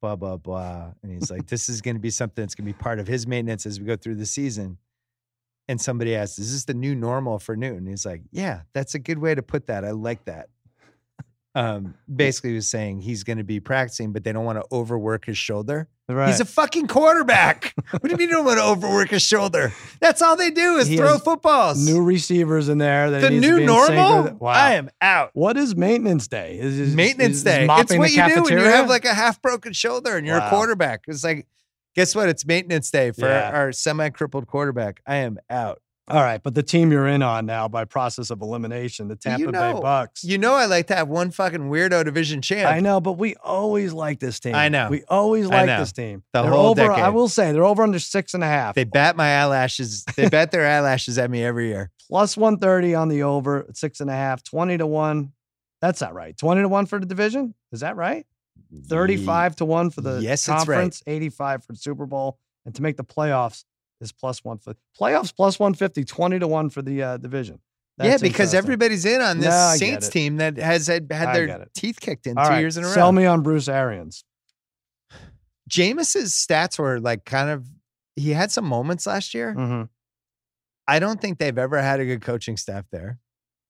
blah, blah, blah. And he's like, This is going to be something that's going to be part of his maintenance as we go through the season. And somebody asked, Is this the new normal for Newton? He's like, Yeah, that's a good way to put that. I like that um, basically was saying he's going to be practicing, but they don't want to overwork his shoulder.
Right.
He's a fucking quarterback. what do you mean you don't want to overwork his shoulder? That's all they do is
He
throw
has
footballs.
new receivers in there. That
the
he needs to be
new
in sync
normal.
with. Wow.
I am out.
What is maintenance day? Is, is-
Maintenance
is- is
day. It's
mopping
what
the
you do when you
cafeteria?
have like a half broken shoulder and you're a
Wow.
quarterback. It's like, guess what? It's maintenance day for
Yeah.
our semi crippled quarterback. I am out.
All right, but the team you're in on now by process of elimination, the Tampa
know-
Bay Bucks.
You know, I like to have one fucking weirdo division champ.
I know, but we always like this team.
I know.
We always
I
like
know.
this team.
The
they're
whole
over, I
decade.
will say they're over under six and a half.
They bat my eyelashes. They bat their eyelashes at me every year.
Plus 130 on the over, at six and a half, 20 to one. That's not right. 20 to one for the division. Is that right? 35 to one for the
Yes, it's right.
conference, 85 for the Super Bowl. And to make the playoffs is plus 150. Playoffs plus 150, 20 to one for the uh, division. That's
yeah, because
interesting.
everybody's in on this
No, I get
Saints
it.
team that has had,
I
had
get
their
it.
teeth kicked in
All
two
right,
years in a row.
Sell me on Bruce Arians.
Jameis's stats were like kind of he had some moments last year.
Mhm.
I don't think they've ever had a good coaching staff there.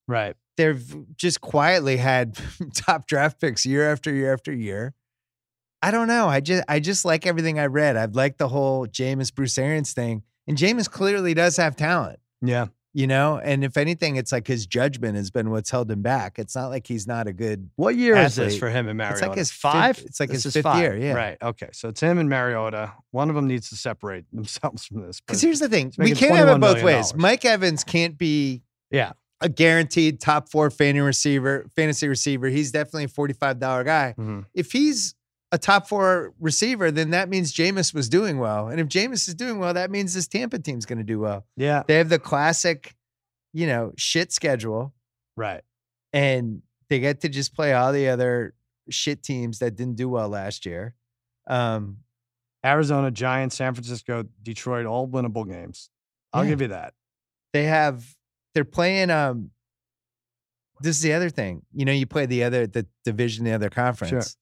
Right.
They've just quietly had top draft picks year after year after year. I don't know. I just I just like everything I read. I've liked the whole Jameis Bruce Arians thing. And Jameis clearly does have talent.
Yeah.
You know, and if anything, it's like his judgment has been what's held him back. It's not like he's not a good
What year is this
athlete.
for him and Mariota?
It's like his fifth-
five.
it's like
This
his
is
fifth
five.
year, yeah.
Right. Okay. So it's him and Mariota. One of them needs to separate themselves from this.
Because
but-
here's the thing:
He's
we
making
can't have it
$21
both
million
ways. Mike Evans can't be
yeah.
a guaranteed top four fantasy receiver. Fantasy receiver. He's definitely a forty-five dollar guy.
Mhm.
If he's a top four receiver, then that means Jameis was doing well. And if Jameis is doing well, that means this Tampa team's going to do well.
Yeah.
They have the classic, you know, shit schedule,
Right.
and they get to just play all the other shit teams that didn't do well last year. Um,
Arizona, Giants, San Francisco, Detroit, all winnable games. I'll
Yeah.
give you that.
they have they're playing um this is the other thing you know you play the other the division the other conference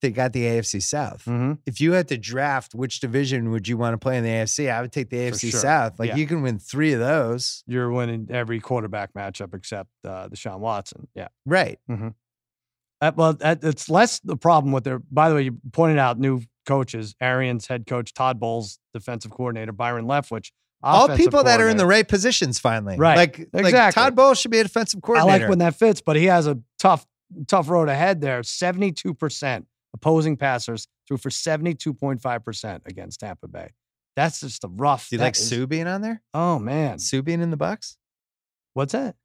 they got the afc south
Mm-hmm.
if you had to draft which division would you want to play in the afc i would take the afc
sure.
south like
Yeah.
you can win three of those
You're winning every quarterback matchup except uh, Deshaun Watson. Yeah.
right
Uh, well, that, it's less the problem with their. By the way, you pointed out new coaches: Arians, head coach Todd Bowles, defensive coordinator Byron Leftwich.
all
offensive
people that are in the
coordinator.
right positions finally
Right.
like, like
Exactly.
todd bowles should be a defensive coordinator
I like when that fits, but he has a tough, tough road ahead there. Seventy-two percent opposing passers threw for seventy-two point five percent against Tampa Bay. That's just a rough.
do you
that
like
is-
sue being on there
Oh man,
sue being in the bucks
what's that?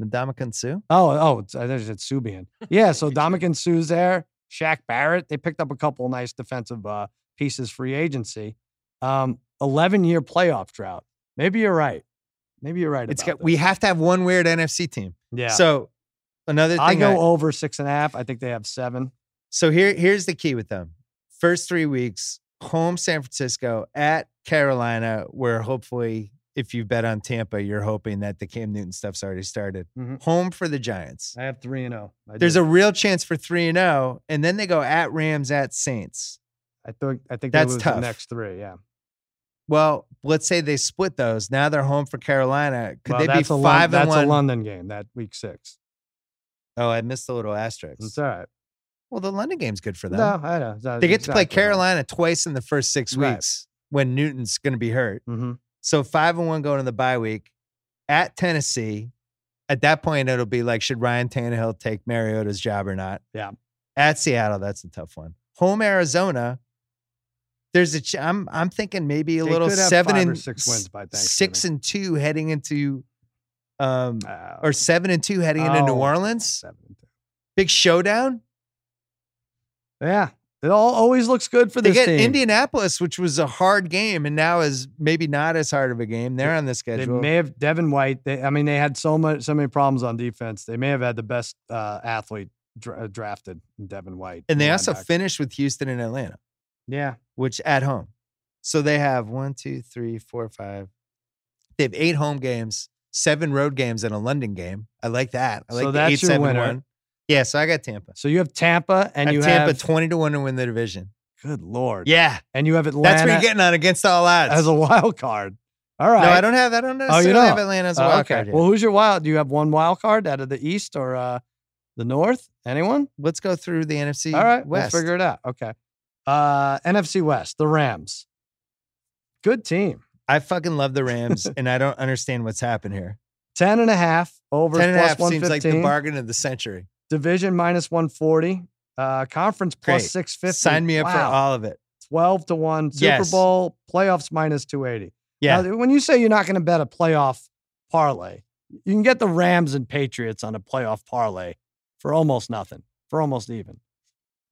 Ndamukong sue
Oh, oh, it's- I think it's Subian. Yeah, so Dominic and Sue's there. Shaq Barrett. They picked up a couple nice defensive uh, pieces free agency. Um, Eleven year playoff drought. Maybe you're right. Maybe you're right.
it's
about
got we
this.
have to have one weird nfc team
yeah.
so another thing
I go
I-
over six and a half. I think they have seven.
So here, here's the key with them. First three weeks, home San Francisco at Carolina, where hopefully, if you bet on Tampa, you're hoping that the Cam Newton stuff's already started.
Mhm.
Home for the Giants.
I have three and zero. I
There's
do.
a real chance for three and zero, and then they go at Rams, at Saints.
I think I think
That's
they lose
tough.
the next three. Yeah,
Well, let's say they split those. Now they're home for Carolina. Could
Well,
they be
that's a Lon-
five and
that's
one?
a London game that week six.
oh, I missed the little asterisk.
It's all right.
Well, the London game's good for them.
No, I know. It's not
they get to play
exactly right.
Carolina twice in the first six
Right.
weeks when Newton's going to be hurt.
Mhm.
So five and one going to the bye week at Tennessee. At that point, it'll be like, should Ryan Tannehill take Mariota's job or not?
Yeah.
At Seattle, that's a tough one. Home Arizona. There's a. ch- I'm I'm thinking maybe a
They
little
could have
seven
five
and
or six wins by
six
Thanksgiving.
and two heading into, um,
Uh,
or seven and two heading into New
oh,
Orleans.
seven and two.
Big showdown.
Yeah, it all always looks good for
They
this
get
team.
Indianapolis, which was a hard game, and now is maybe not as hard of a game. They're on the
They
schedule.
may have Devin White. They, I mean, they had so much, so many problems on defense. They may have had the best uh, athlete dra- uh, drafted, in Devin White,
and
the
they also
linebacker.
finished with Houston and Atlanta.
yeah,
which at home. So they have one, two, three, four, five. They have eight home games, seven road games, and a London game. I like that. I
So
like the
that's
eight,
your
seven,
winner.
one. Yeah, so I got Tampa.
so you have Tampa and
I
you
have Tampa
have
twenty to one to win the division.
good lord,
Yeah,
and you have Atlanta
that's where you're getting on against all odds.
as a wild card. All right,
No, I don't have. I don't necessarily have
don't?
Atlanta as a
Oh,
wild
okay.
card. yet.
Well, who's your wild? Do you have one wild card out of the East or uh, the North? Anyone?
Let's go through the NFC.
All right,
West.
we'll figure it out. Okay. Uh, NFC West, the Rams. Good team.
I fucking love the Rams, and I don't understand what's happened here.
Ten and a half over
Ten and a
plus
half seems like the
115.
bargain of the century.
Division minus 140. Uh, conference
Great.
plus 650.
Sign me up for
Wow.
all of it.
12 to 1. Super
Yes.
Bowl, playoffs minus 280.
Yeah,
Now, when you say you're not going to bet a playoff parlay, you can get the Rams and Patriots on a playoff parlay for almost nothing, for almost even.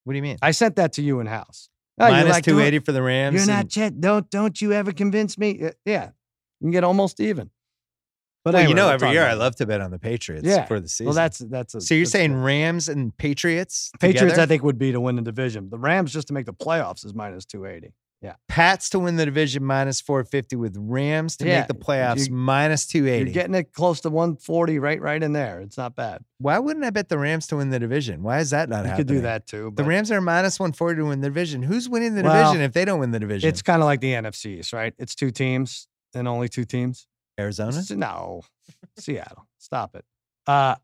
what do you mean?
I sent that to you in house. Oh, you're
Minus
like,
two
"Don't-
eighty for the Rams.
You're
and-
not Chet. Don't don't you ever convince me? Uh, Yeah, you can get almost even. But
Well,
anyway,
you know,
we'll
every
talk
year
about
I
it.
love to bet on the Patriots
Yeah.
for the season.
Well, that's that's. A,
so you're
that's
saying
good.
Rams and Patriots?
Patriots?
together?
I think would be to win the division. The Rams just to make the playoffs is minus two eighty.
Pats to win the division minus 450 with Rams to
Yeah,
make the playoffs
you-
minus
You're
280.
getting it close to one forty, right? Right in there. It's not bad.
Why wouldn't I bet the Rams to win the division? Why is that not
you
happening?
could do that too.
The
but
Rams are minus 140 to win the division. Who's winning the
Well,
division if they don't win the division?
It's kind of like the NFCs, right? It's two teams and only two teams.
Arizona.
S- No, Seattle. Stop it. Uh,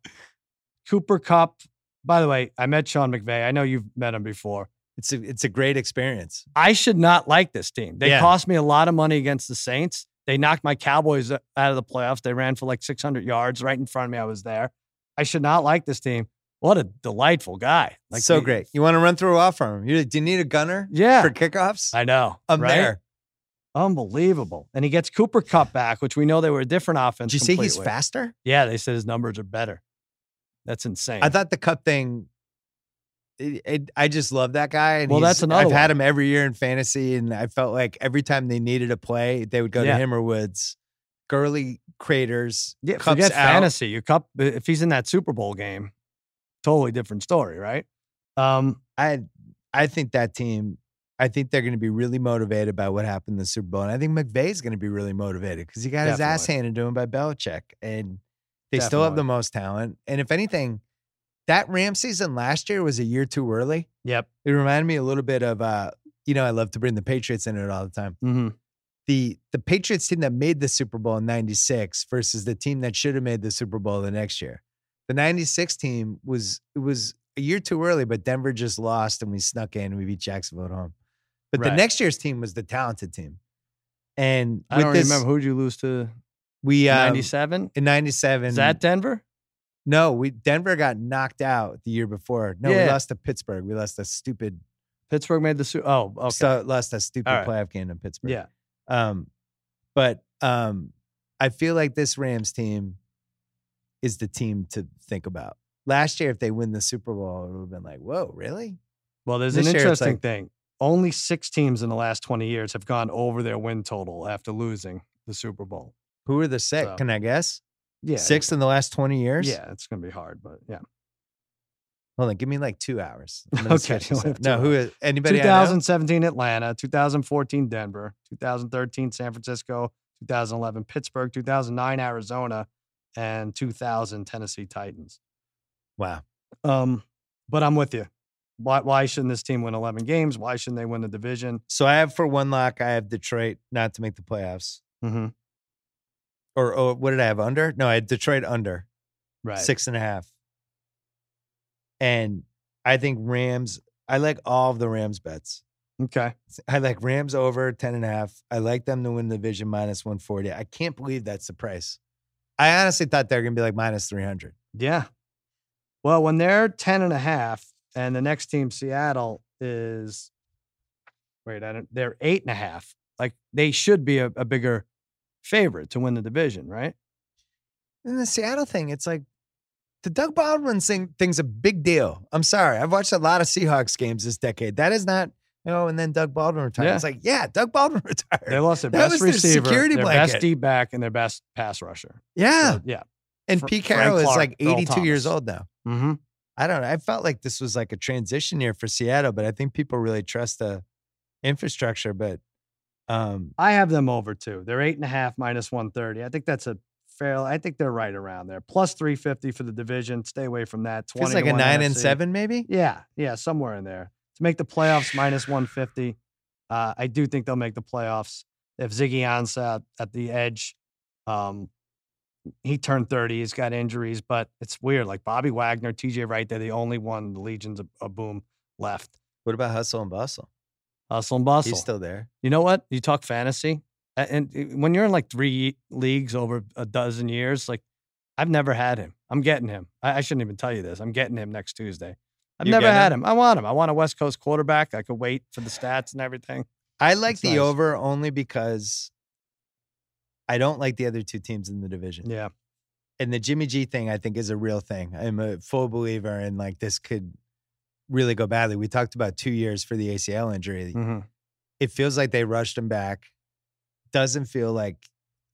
Cooper Cup. By the way, I met Sean McVay. I know you've met him before.
It's a, it's a great experience.
I should not like this team. They
Yeah.
cost me a lot of money against the Saints. They knocked my Cowboys out of the playoffs. They ran for like 600 yards right in front of me. I was there. I should not like this team. What a delightful guy. Like
so
they-
great. You want to run through off from him? You're like, do you need a gunner
Yeah.
for kickoffs?
I know.
I'm
right?
there.
Unbelievable. And he gets Cooper Cup back, which we know they were a different offense.
Did you see he's
completely.
faster?
Yeah, they said his numbers are better. That's insane.
I thought the cup thing it, it, I just love that guy. And
Well,
he's-
that's another
I've had
one.
him every year in fantasy, and I felt like every time they needed a play, they would go
Yeah.
to him or Woods. Gurley craters.
Yeah,
cups
forget
out.
fantasy. Your cup, if he's in that Super Bowl game, totally different story, right? Um,
I I think that team. I think they're going to be really motivated by what happened in the Super Bowl, and I think McVay's going to be really motivated because he got his ass
Definitely.
handed to him by Belichick, and they still have
Definitely.
the most talent. And if anything, that Ram season last year was a year too early.
yep.
It reminded me a little bit of, uh, you know, I love to bring the Patriots into it all the time.
hmm
the the Patriots team that made the Super Bowl in 96 versus the team that should have made the Super Bowl the next year. The 96 team was it was a year too early, but Denver just lost and we snuck in and we beat Jacksonville at home. But the
Right.
next year's team was the talented team. And
I
with
don't
this,
remember who'd you lose to.
we um,
Ninety-seven.
in 97
Is that Denver?
no, we Denver got knocked out the year before. No, we
Yeah.
lost to Pittsburgh. We lost a stupid
Pittsburgh made the Super. Oh, okay.
so lost a stupid
All right.
playoff game in Pittsburgh.
yeah.
Um, but um, I feel like this Rams team is the team to think about. Last year, if they win the Super Bowl, it would have been like, whoa, really?
Well, there's
This
an
year it's
interesting
like-
thing. Only six teams in the last 20 years have gone over their win total after losing the Super Bowl.
Who are the six?
So-
Can I guess?
Yeah.
Six in the last 20 years?
Yeah, it's going to be hard, but yeah.
Hold on, give me like two hours. I'm gonna
Okay,
search
you
this
only
up.
have
No,
two
who is anybody? I know?
2017 Atlanta, 2014 Denver, 2013 San Francisco, 2011 Pittsburgh, 2009 Arizona, and 2000 Tennessee Titans.
Wow.
Um, but I'm with you. Why, why shouldn't this team win 11 games? Why shouldn't they win the division?
So I have for one lock, I have Detroit not to make the playoffs.
Mm-hmm.
Or, or what did I have under? No, I had Detroit under.
Right.
six and a half. And I think Rams, I like all of the Rams bets.
Okay.
I like Rams over 10 and a half. I like them to win the division minus 140. I can't believe that's the price. I honestly thought they were going to be like minus 300.
Yeah. Well, when they're 10 and a half and the next team, Seattle, is wait, I don't, they're eight and a half. Like they should be a, a bigger favorite to win the division, right?
And the Seattle thing, it's like the Doug Baldwin thing, thing's a big deal. I'm sorry. I've watched a lot of Seahawks games this decade. That is not, oh, and then Doug Baldwin retired.
Yeah.
It's like, yeah, Doug Baldwin
They
retired.
lost their
That
best
was their
receiver,
security
their
blanket.
best D back, and their best pass rusher.
Yeah.
So, yeah.
and
Fra-
Pete
Frank
Carroll is
Clark,
like
Earl
82 years
Thomas.
old now.
Mm-hmm.
I don't know. I felt like this was like a transition year for Seattle, but I think people really trust the infrastructure. But um,
I have them over too. They're eight and a half minus 130. I think that's a fair, I think they're right around there. Plus 350 for the division. Stay away from that. 20
feels
to
like a
one
nine and
NFC.
seven, maybe.
Yeah, yeah, somewhere in there to make the playoffs minus 150. Uh, I do think they'll make the playoffs if Ziggy Ansah at the edge. Um, he turned 30. He's got injuries, but it's weird. Like Bobby Wagner, TJ Wright, they're the only one the Legions of, of Boom left.
What about Hustle and Bustle?
Hustle and bustle.
He's still there.
you know what? You talk fantasy, a- and it- when you're in like three leagues over a dozen years, like I've never had him. I'm getting him. I, I shouldn't even tell you this. I'm getting him next Tuesday. I've
You
never
get
had him. I want him. I want a West Coast quarterback. I could wait for the stats and everything.
I like
That's
the
nice.
over only because I don't like the other two teams in the division.
Yeah,
And the Jimmy G thing, I think, is a real thing. I'm a full believer in like this could really go badly. We talked about two years for the ACL injury.
hmm
it feels like they rushed him back. Doesn't feel like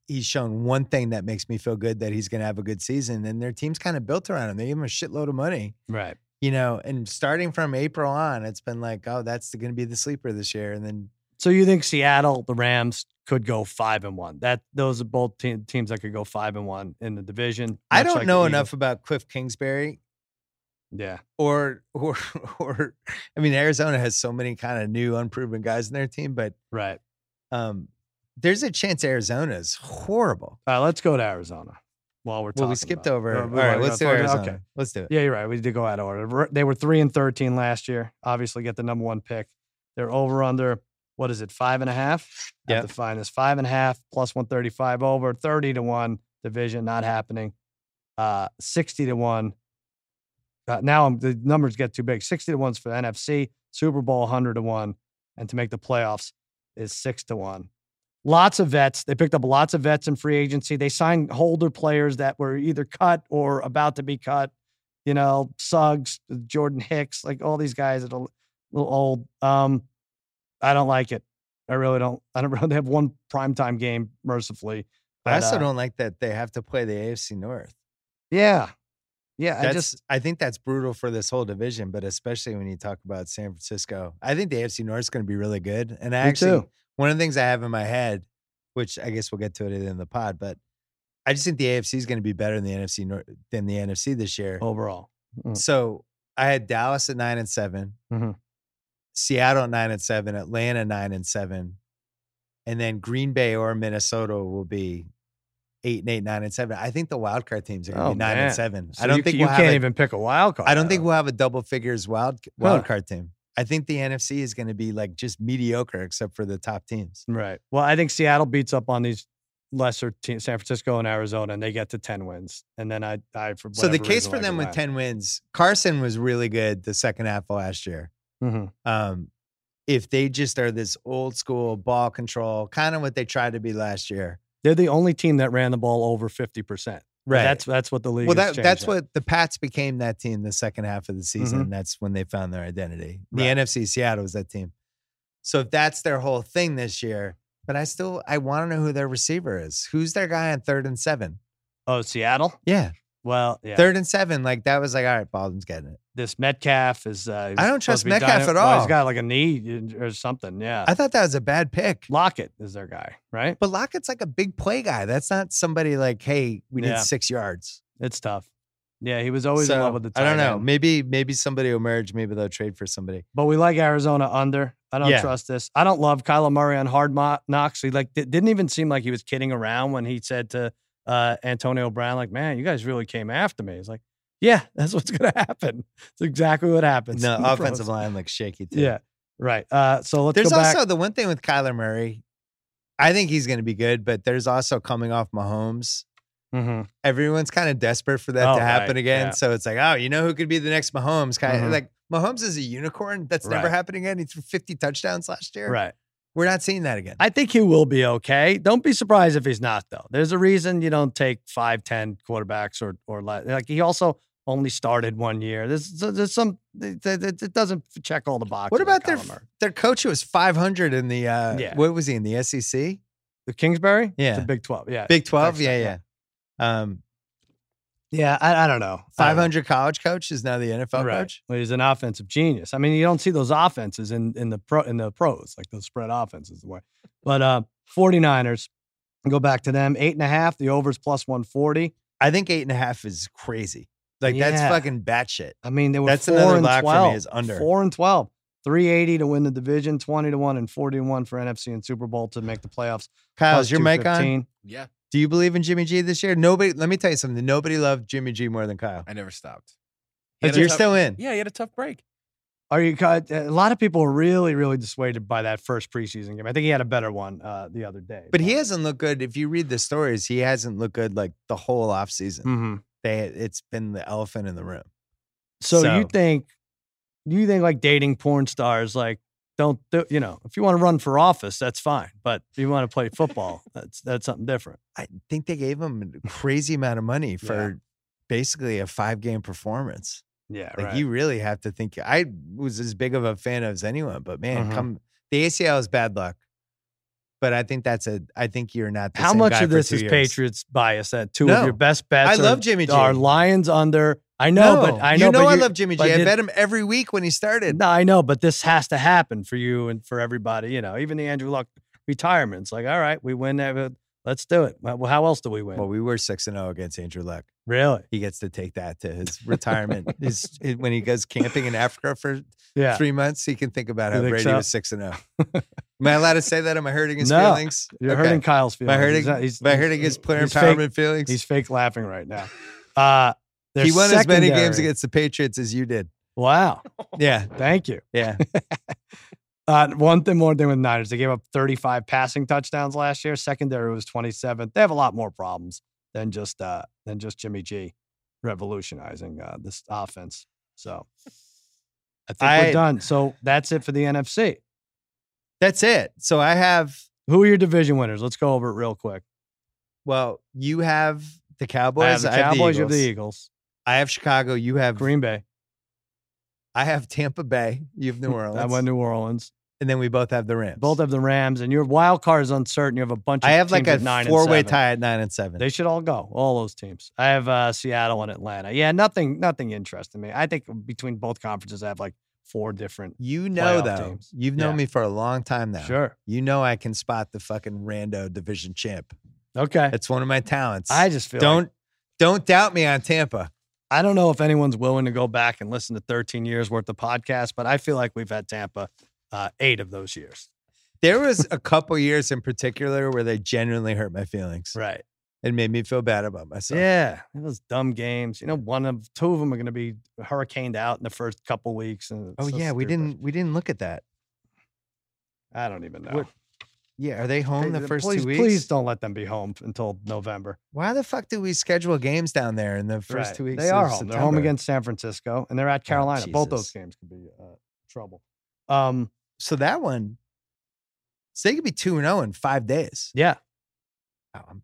he's shown one thing that makes me feel good that he's going to have a good season. And their team's kind of built around him. They gave him a shitload of money,
right.
you know. And starting from April on, it's been like, oh, that's going to be the sleeper this year. And then
So you think Seattle, the Rams, could go five and one? That those are both te- teams that could go five and one in the division.
I
much
don't
like the
know
Eagles.
enough about Cliff Kingsbury
Yeah,
or or or I mean, Arizona has so many kind of new unproven guys in their team, but
right.
um, there's a chance Arizona is horrible.
All right, Uh, let's go to Arizona. While we're talking,
Well, we skipped
about it.
over.
Uh,
All
we
right,
wanna go
let's do
Florida?
Arizona.
Okay.
Let's do it.
Yeah, you're right. We did go out of order. Ver- They were three and thirteen last year. Obviously, get the number one pick. They're over under. What is it? Five and a half. I have
Yep.
to find this. Five and a half plus one thirty five over thirty to one division not happening. Uh, sixty to one. Uh, now I'm, the numbers get too big. Sixty to one's for NFC Super Bowl. Hundred to one, and to make the playoffs is six to one. Lots of vets. They picked up lots of vets in free agency. They signed holder players that were either cut or about to be cut you know, Suggs, Jordan Hicks, like all these guys that are a little old. Um, I don't like it. I really don't. I don't really they have one primetime game, mercifully.
I
But,
also
uh,
don't like that they have to play the AFC North.
Yeah. Yeah.
That's,
I just,
I think that's brutal for this whole division, but especially when you talk about San Francisco. I think the AFC North is going to be really good. And I
me
actually,
too.
one of the things I have in my head, which I guess we'll get to it in the pod, but I just think the AFC is going to be better than the NFC North than the NFC this year.
overall. Mm.
So I had Dallas at nine and 7
Mhm.
Seattle at nine and seven, Atlanta nine and seven, and then Green Bay or Minnesota will be eight and eight, nine and seven. I think the wild card teams are going to
Oh,
be nine
man.
and seven.
So
I don't
you,
think
you
we'll
can't
have a-
even pick a wild card.
I don't think
out.
we'll have a double figures wild
Huh.
wild card team. I think the NFC is going to be like just mediocre except for the top teams.
Right. Well, I think Seattle beats up on these lesser teams, San Francisco and Arizona, and they get to ten wins. And then I, I for
so the
whatever
case
reason,
for
like
them with
Atlanta.
ten wins, Carson was really good the second half of last year.
Mhm.
um, if they just are this old school ball control, kind of what they tried to be last year.
They're the only team that ran the ball over fifty percent. That's that's what the league.
well,
has
that,
changed
that's
at.
what the Pats became that team the second half of the season. That's when they found their identity. The
Right.
NFC Seattle was that team. So if that's their whole thing this year, but I still I want to know who their receiver is. Who's their guy on third and seven?
Oh, Seattle.
Yeah.
Well, yeah.
Third and seven. Like that was like, all right, Baldwin's getting it.
This Metcalf is. Uh, he was
I don't
supposed
trust
to be
Metcalf at
well,
all.
He's got like a knee in- or something. Yeah.
I thought that was a bad pick.
Lockett is their guy, right?
But Lockett's like a big play guy. That's not somebody like, hey, we need
Yeah.
six yards.
It's tough. Yeah, he was always in
So,
love with the.
I don't
tight
know.
end.
Maybe maybe somebody will merge. Maybe they'll trade for somebody.
But we like Arizona under. I don't
Yeah.
trust this. I don't love Kyler Murray on hard mo- knocks. He like di- didn't even seem like he was kidding around when he said to uh, Antonio Brown, like, "Man, you guys really came after me." He's like, "Yeah, that's what's gonna happen. It's exactly what happens."
No,
in the
offensive
pros."
line looks shaky too.
Yeah, right. Uh, so let's
There's
go back.
also the one thing with Kyler Murray. I think he's going to be good, but there's also coming off Mahomes.
Mhm.
Everyone's kind of desperate for that
Oh,
to happen
right,
again.
yeah.
So it's like, oh, you know who could be the next Mahomes? Kind
Mhm.
like Mahomes is a unicorn. That's never
Right.
happening again. He threw 50 touchdowns last year.
Right.
We're not seeing that again.
I think he will be okay. Don't be surprised if he's not though. There's a reason you don't take five, ten quarterbacks or or less. Like he also only started one year. There's there's some it, it- it doesn't check all the boxes.
what
with
about their
Kyler Murray.
their coach who was 500 in the uh,
Yeah.
what was he in the SEC?
The Kingsbury?
Yeah.
The Big 12. Yeah.
Big 12?
Texas,
Yeah, yeah. Um,
Yeah. I, I don't know. I don't know.
500 college coach is now the NFL
Right.
coach.
Well, he's an offensive genius. I mean, you don't see those offenses in, in the pro in the pros, like those spread offenses the way. But uh 49ers, go back to them. Eight and a half, the overs plus 140.
I think eight and a half is crazy. Like that's
Yeah.
fucking batshit.
I mean, they were
That's
four
another
and
lock for me
12,
is under.
Four and 12. 380 to win the division, 20 to 1, and 40 to 1 for NFC and Super Bowl to make the playoffs.
Kyle,
plus
is your mic on?
215.
Yeah,
Do you believe in Jimmy G this year? Nobody. Let me tell you something. Nobody loved Jimmy G more than Kyle.
I never stopped. He
But
had a
you're
tough-
still in.
Yeah, he had a tough break.
Are you? ca- A lot of people are really, really dissuaded by that first preseason game. I think he had a better one uh, the other day.
But he hasn't looked good. If you read the stories, he hasn't looked good like the whole offseason.
hmm
They, it's been the elephant in the room.
So, you
So-
think, you think like dating porn stars, like don't do, you know? If you want to run for office, that's fine. But if you want to play football, that's that's something different.
I think they gave him a crazy amount of money
Yeah.
for basically a five game performance.
Yeah,
Like
right.
you really have to think. I was as big of a fan as anyone, but man,
Mhm.
come the ACL is bad luck. But I think that's a. I think you're not. The
How
same
much
guy
of
for
this
two
is
years.
Patriots bias? That two of
No.
your best bets.
I
are-
love Jimmy G.
Are Lions under? I know, but I know.
you know
but
I
you-
love Jimmy G.
but
I
you-
bet him every week when he started.
No, I know, but this has to happen for you and for everybody. You know, even the Andrew Luck retirements. Like, all right, we win that. but Let's do it. Well, how else do we win?
Well, we were six and zero against Andrew Luck.
really?
He gets to take that to his retirement. his when he goes camping in Africa for
Yeah.
three months, he can think about
You
how
think
Brady
so?
was six and zero. Am I allowed to say that? Am I hurting his
No.
feelings?
You're
Okay.
hurting Kyle's
Am I
feelings.
hurting?
He's not- he's-
am I
he's-
hurting his player
he's
empowerment
Fake,
feelings?
he's fake laughing right now. Uh, their
he won as many games
secondary-
against the Patriots as you did.
Wow.
Yeah,
Thank you.
yeah.
Uh, one thing, more thing with Niners, they gave up 35 passing touchdowns last year. Secondary was 27th. They have a lot more problems than just uh, than just Jimmy G revolutionizing uh, this offense. So I think
I-
we're done. So that's it for the NFC.
That's it. So I have.
Who are your division winners? Let's go over it real quick.
Well, you have the
I
Cowboys.
have the Cowboys. you have the
Eagles.
Eagles.
I have Chicago. You have
Green Bay.
I have Tampa Bay. You have New Orleans.
I went New Orleans.
and then we both have the Rams.
Both have the Rams, and your wild card is uncertain. You have a bunch. of
I have like
teams
a
at nine and
four-way
seven.
tie at nine and seven.
They should all go. All those teams. I have uh, Seattle and Atlanta. Yeah, nothing, nothing interesting me. I think between both conferences, I have like four different.
you know
playoff
though.
teams.
You've known
Yeah.
me for a long time now.
Sure.
You know I can spot the fucking rando division champ.
Okay.
That's one of my talents.
I just feel
don't
like-
don't doubt me on Tampa.
I don't know if anyone's willing to go back and listen to 13 years worth of podcasts, but I feel like we've had Tampa uh, eight of those years.
There was a couple years in particular where they genuinely hurt my feelings
Right.
and made me feel bad about myself.
Yeah, it was dumb games. You know, one of two of them are going to be hurricaned out in the first couple weeks. And
Oh
it's so
yeah, we
stupid.
didn't we didn't look at that.
I don't even know.
What- Yeah, are they
They-
home the
they-
first
please,
two weeks?
Please don't let them be home until November.
Why the fuck do we schedule games down there in the first
Right.
two weeks?
They are
of
home. They're home
September? Oh,
against San Francisco, and they're at Carolina. Both those
Jesus.
games could be uh, trouble. Um,
So that one, so they could be two and zero in five days.
yeah.
Wow, I'm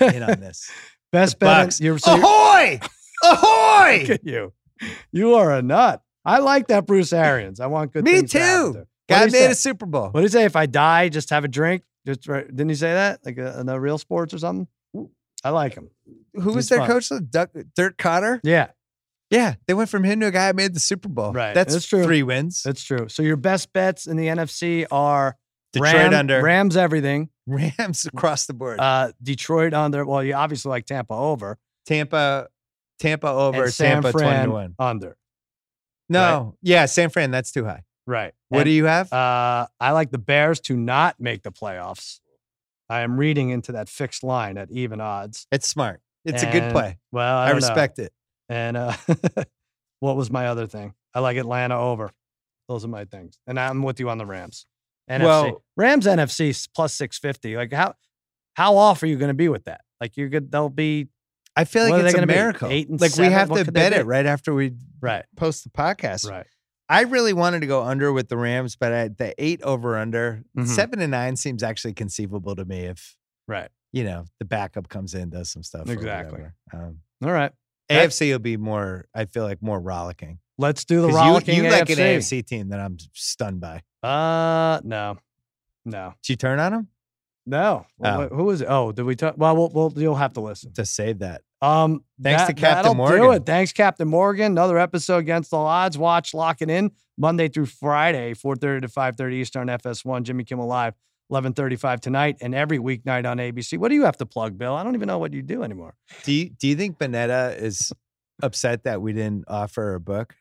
in on this.
Best bet.
Bucks.
You're, so you're-
Ahoy! Ahoy!
look at you. You are a nut. I like that Bruce Arians. I want good.
Me
things to happen
too.
to him. What'd
God
he
made
say?
a Super Bowl.
What did he say? If I die, just have a drink. Just right. didn't he say that? Like uh, in the real sports or something. I like him.
Who was
He's
their
fun.
coach? Duck, Dirk Cotter.
Yeah,
Yeah, they went from him to a guy who made the Super Bowl.
Right,
that's,
that's true.
Three wins.
that's true. So your best bets in the NFC are
Detroit
Ram-
under
Rams everything,
Rams across the board.
uh, Detroit under. Well, you obviously like Tampa over,
Tampa, Tampa over
and San
Tampa twenty
Fran
to one.
under.
No, yeah, San Fran. That's too high.
Right.
What do you have?
Uh, I like the Bears to not make the playoffs. I am reading into that fixed line at even odds.
it's smart. It's a good
and-
play.
Well, I,
I,
don't know.
respect it.
And uh, what was my other thing? I like Atlanta over. Those are my things. And I'm with you on the Rams. NFC.
Well-
Rams NFC is plus 650. Like how how off are you going to be with that? Like you're good they'll be
I feel like
What are they
it's a
gonna be?
miracle.
Eight and
like
seven?
we have
What
to
could they
bet
be?
it right after we
right.
post the podcast.
Right.
I really wanted to go under with the Rams, but I, the eight over under
Mhm.
seven and nine seems actually conceivable to me if
Right.
you know the backup comes in does some stuff or
Exactly.
whatever. Um,
All right. That-
AFC will be more. I feel like more rollicking.
Let's do the
'Cause
rollicking
you, you like an
AFC.
AFC team that I'm stunned by.
Uh no. No.
Did you turn on him
No. Well,
Oh.
wh- Who is it? Oh, did we talk? Well, we'll, we'll you'll have to listen.
to save that?
Um,
Thanks to
that'll
Captain
Do
Morgan.
it. Thanks, Captain Morgan. Another episode against all odds. Watch locking in Monday through Friday, four thirty to five thirty Eastern, FS1. Jimmy Kimmel Live, eleven thirty-five tonight, and every weeknight on ABC. What do you have to plug, Bill? I don't even know what you do anymore.
Do you, Do you think Bonetta is upset that we didn't offer her a book?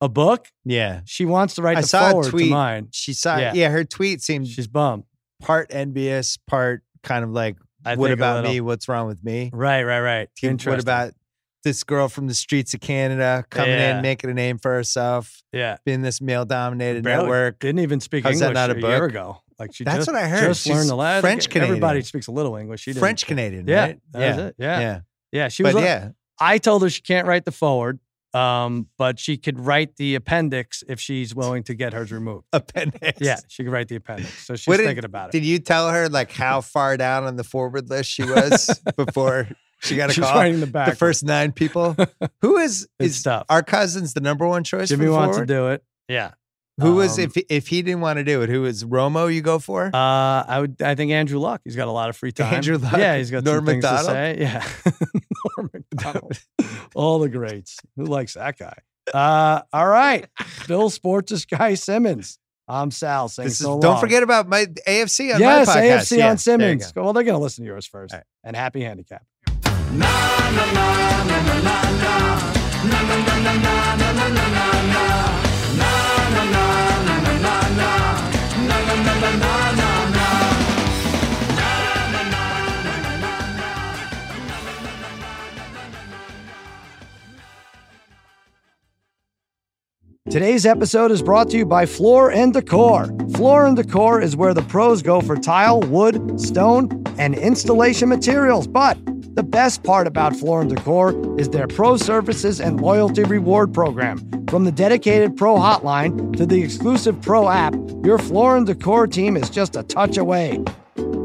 A book?
Yeah,
She wants to write
I
the
saw a
forward to
tweet.
mine.
she saw.
Yeah.
Yeah, her tweet seemed
She's bummed.
part envious, part kind of like,
I
what
think a
about
little.
me? What's wrong with me?
Right, right, right.
Dude,
Interesting.
What about this girl from the streets of Canada coming
Yeah.
in, making a name for herself,
yeah?
being this male dominated
Barely
network?
Didn't even speak
How's that
English
not a
a year
book?
ago. Like she
That's
just,
what I heard.
Just learned
She's
the last
French
Everybody
Canadian.
speaks a little English. She didn't.
French Canadian,
Yeah,
right?
that was
yeah.
it. Yeah. yeah,
yeah.
She was.
but
a-
yeah,
I told her she can't write the forward, um, but she could write the appendix if she's willing to get hers removed.
appendix.
Yeah, she could write the appendix. So she's
What did-
thinking about it.
Did you tell her like how far down on the forward list she was before she got a
she's
call?
writing the back.
the first nine people. Who is
it's
is
tough.
our cousin's the number one choice?
Jimmy
for
wants to
forward?
do it. Yeah.
Who was
Um,
if if he didn't want to do it? Who is Romo? You go for?
Uh, I would. I think Andrew Luck. He's got a lot of free time.
Andrew Luck,
Yeah, he's got some
Norm
things
Macdonald.
to say. Yeah, Norm McDonald. All the greats. Who likes that guy? Uh, all right, Bill Sports is Guy Simmons. I'm Sal. Saying
This is,
so
don't
long.
forget about my AFC on
yes,
my podcast.
AFC
Yeah,
on
there you
Simmons.
go.
Well, they're going to listen to yours first.
All right.
And happy handicap. Today's episode is brought to you by Floor and Decor. Floor and Decor is where the pros go for tile, wood, stone, and installation materials. But the best part about Floor and Decor is their pro services and loyalty reward program. From the dedicated pro hotline to the exclusive pro app, your Floor and Decor team is just a touch away.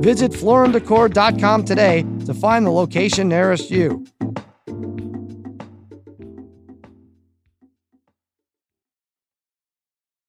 Visit flooranddecor.com today to find the location nearest you.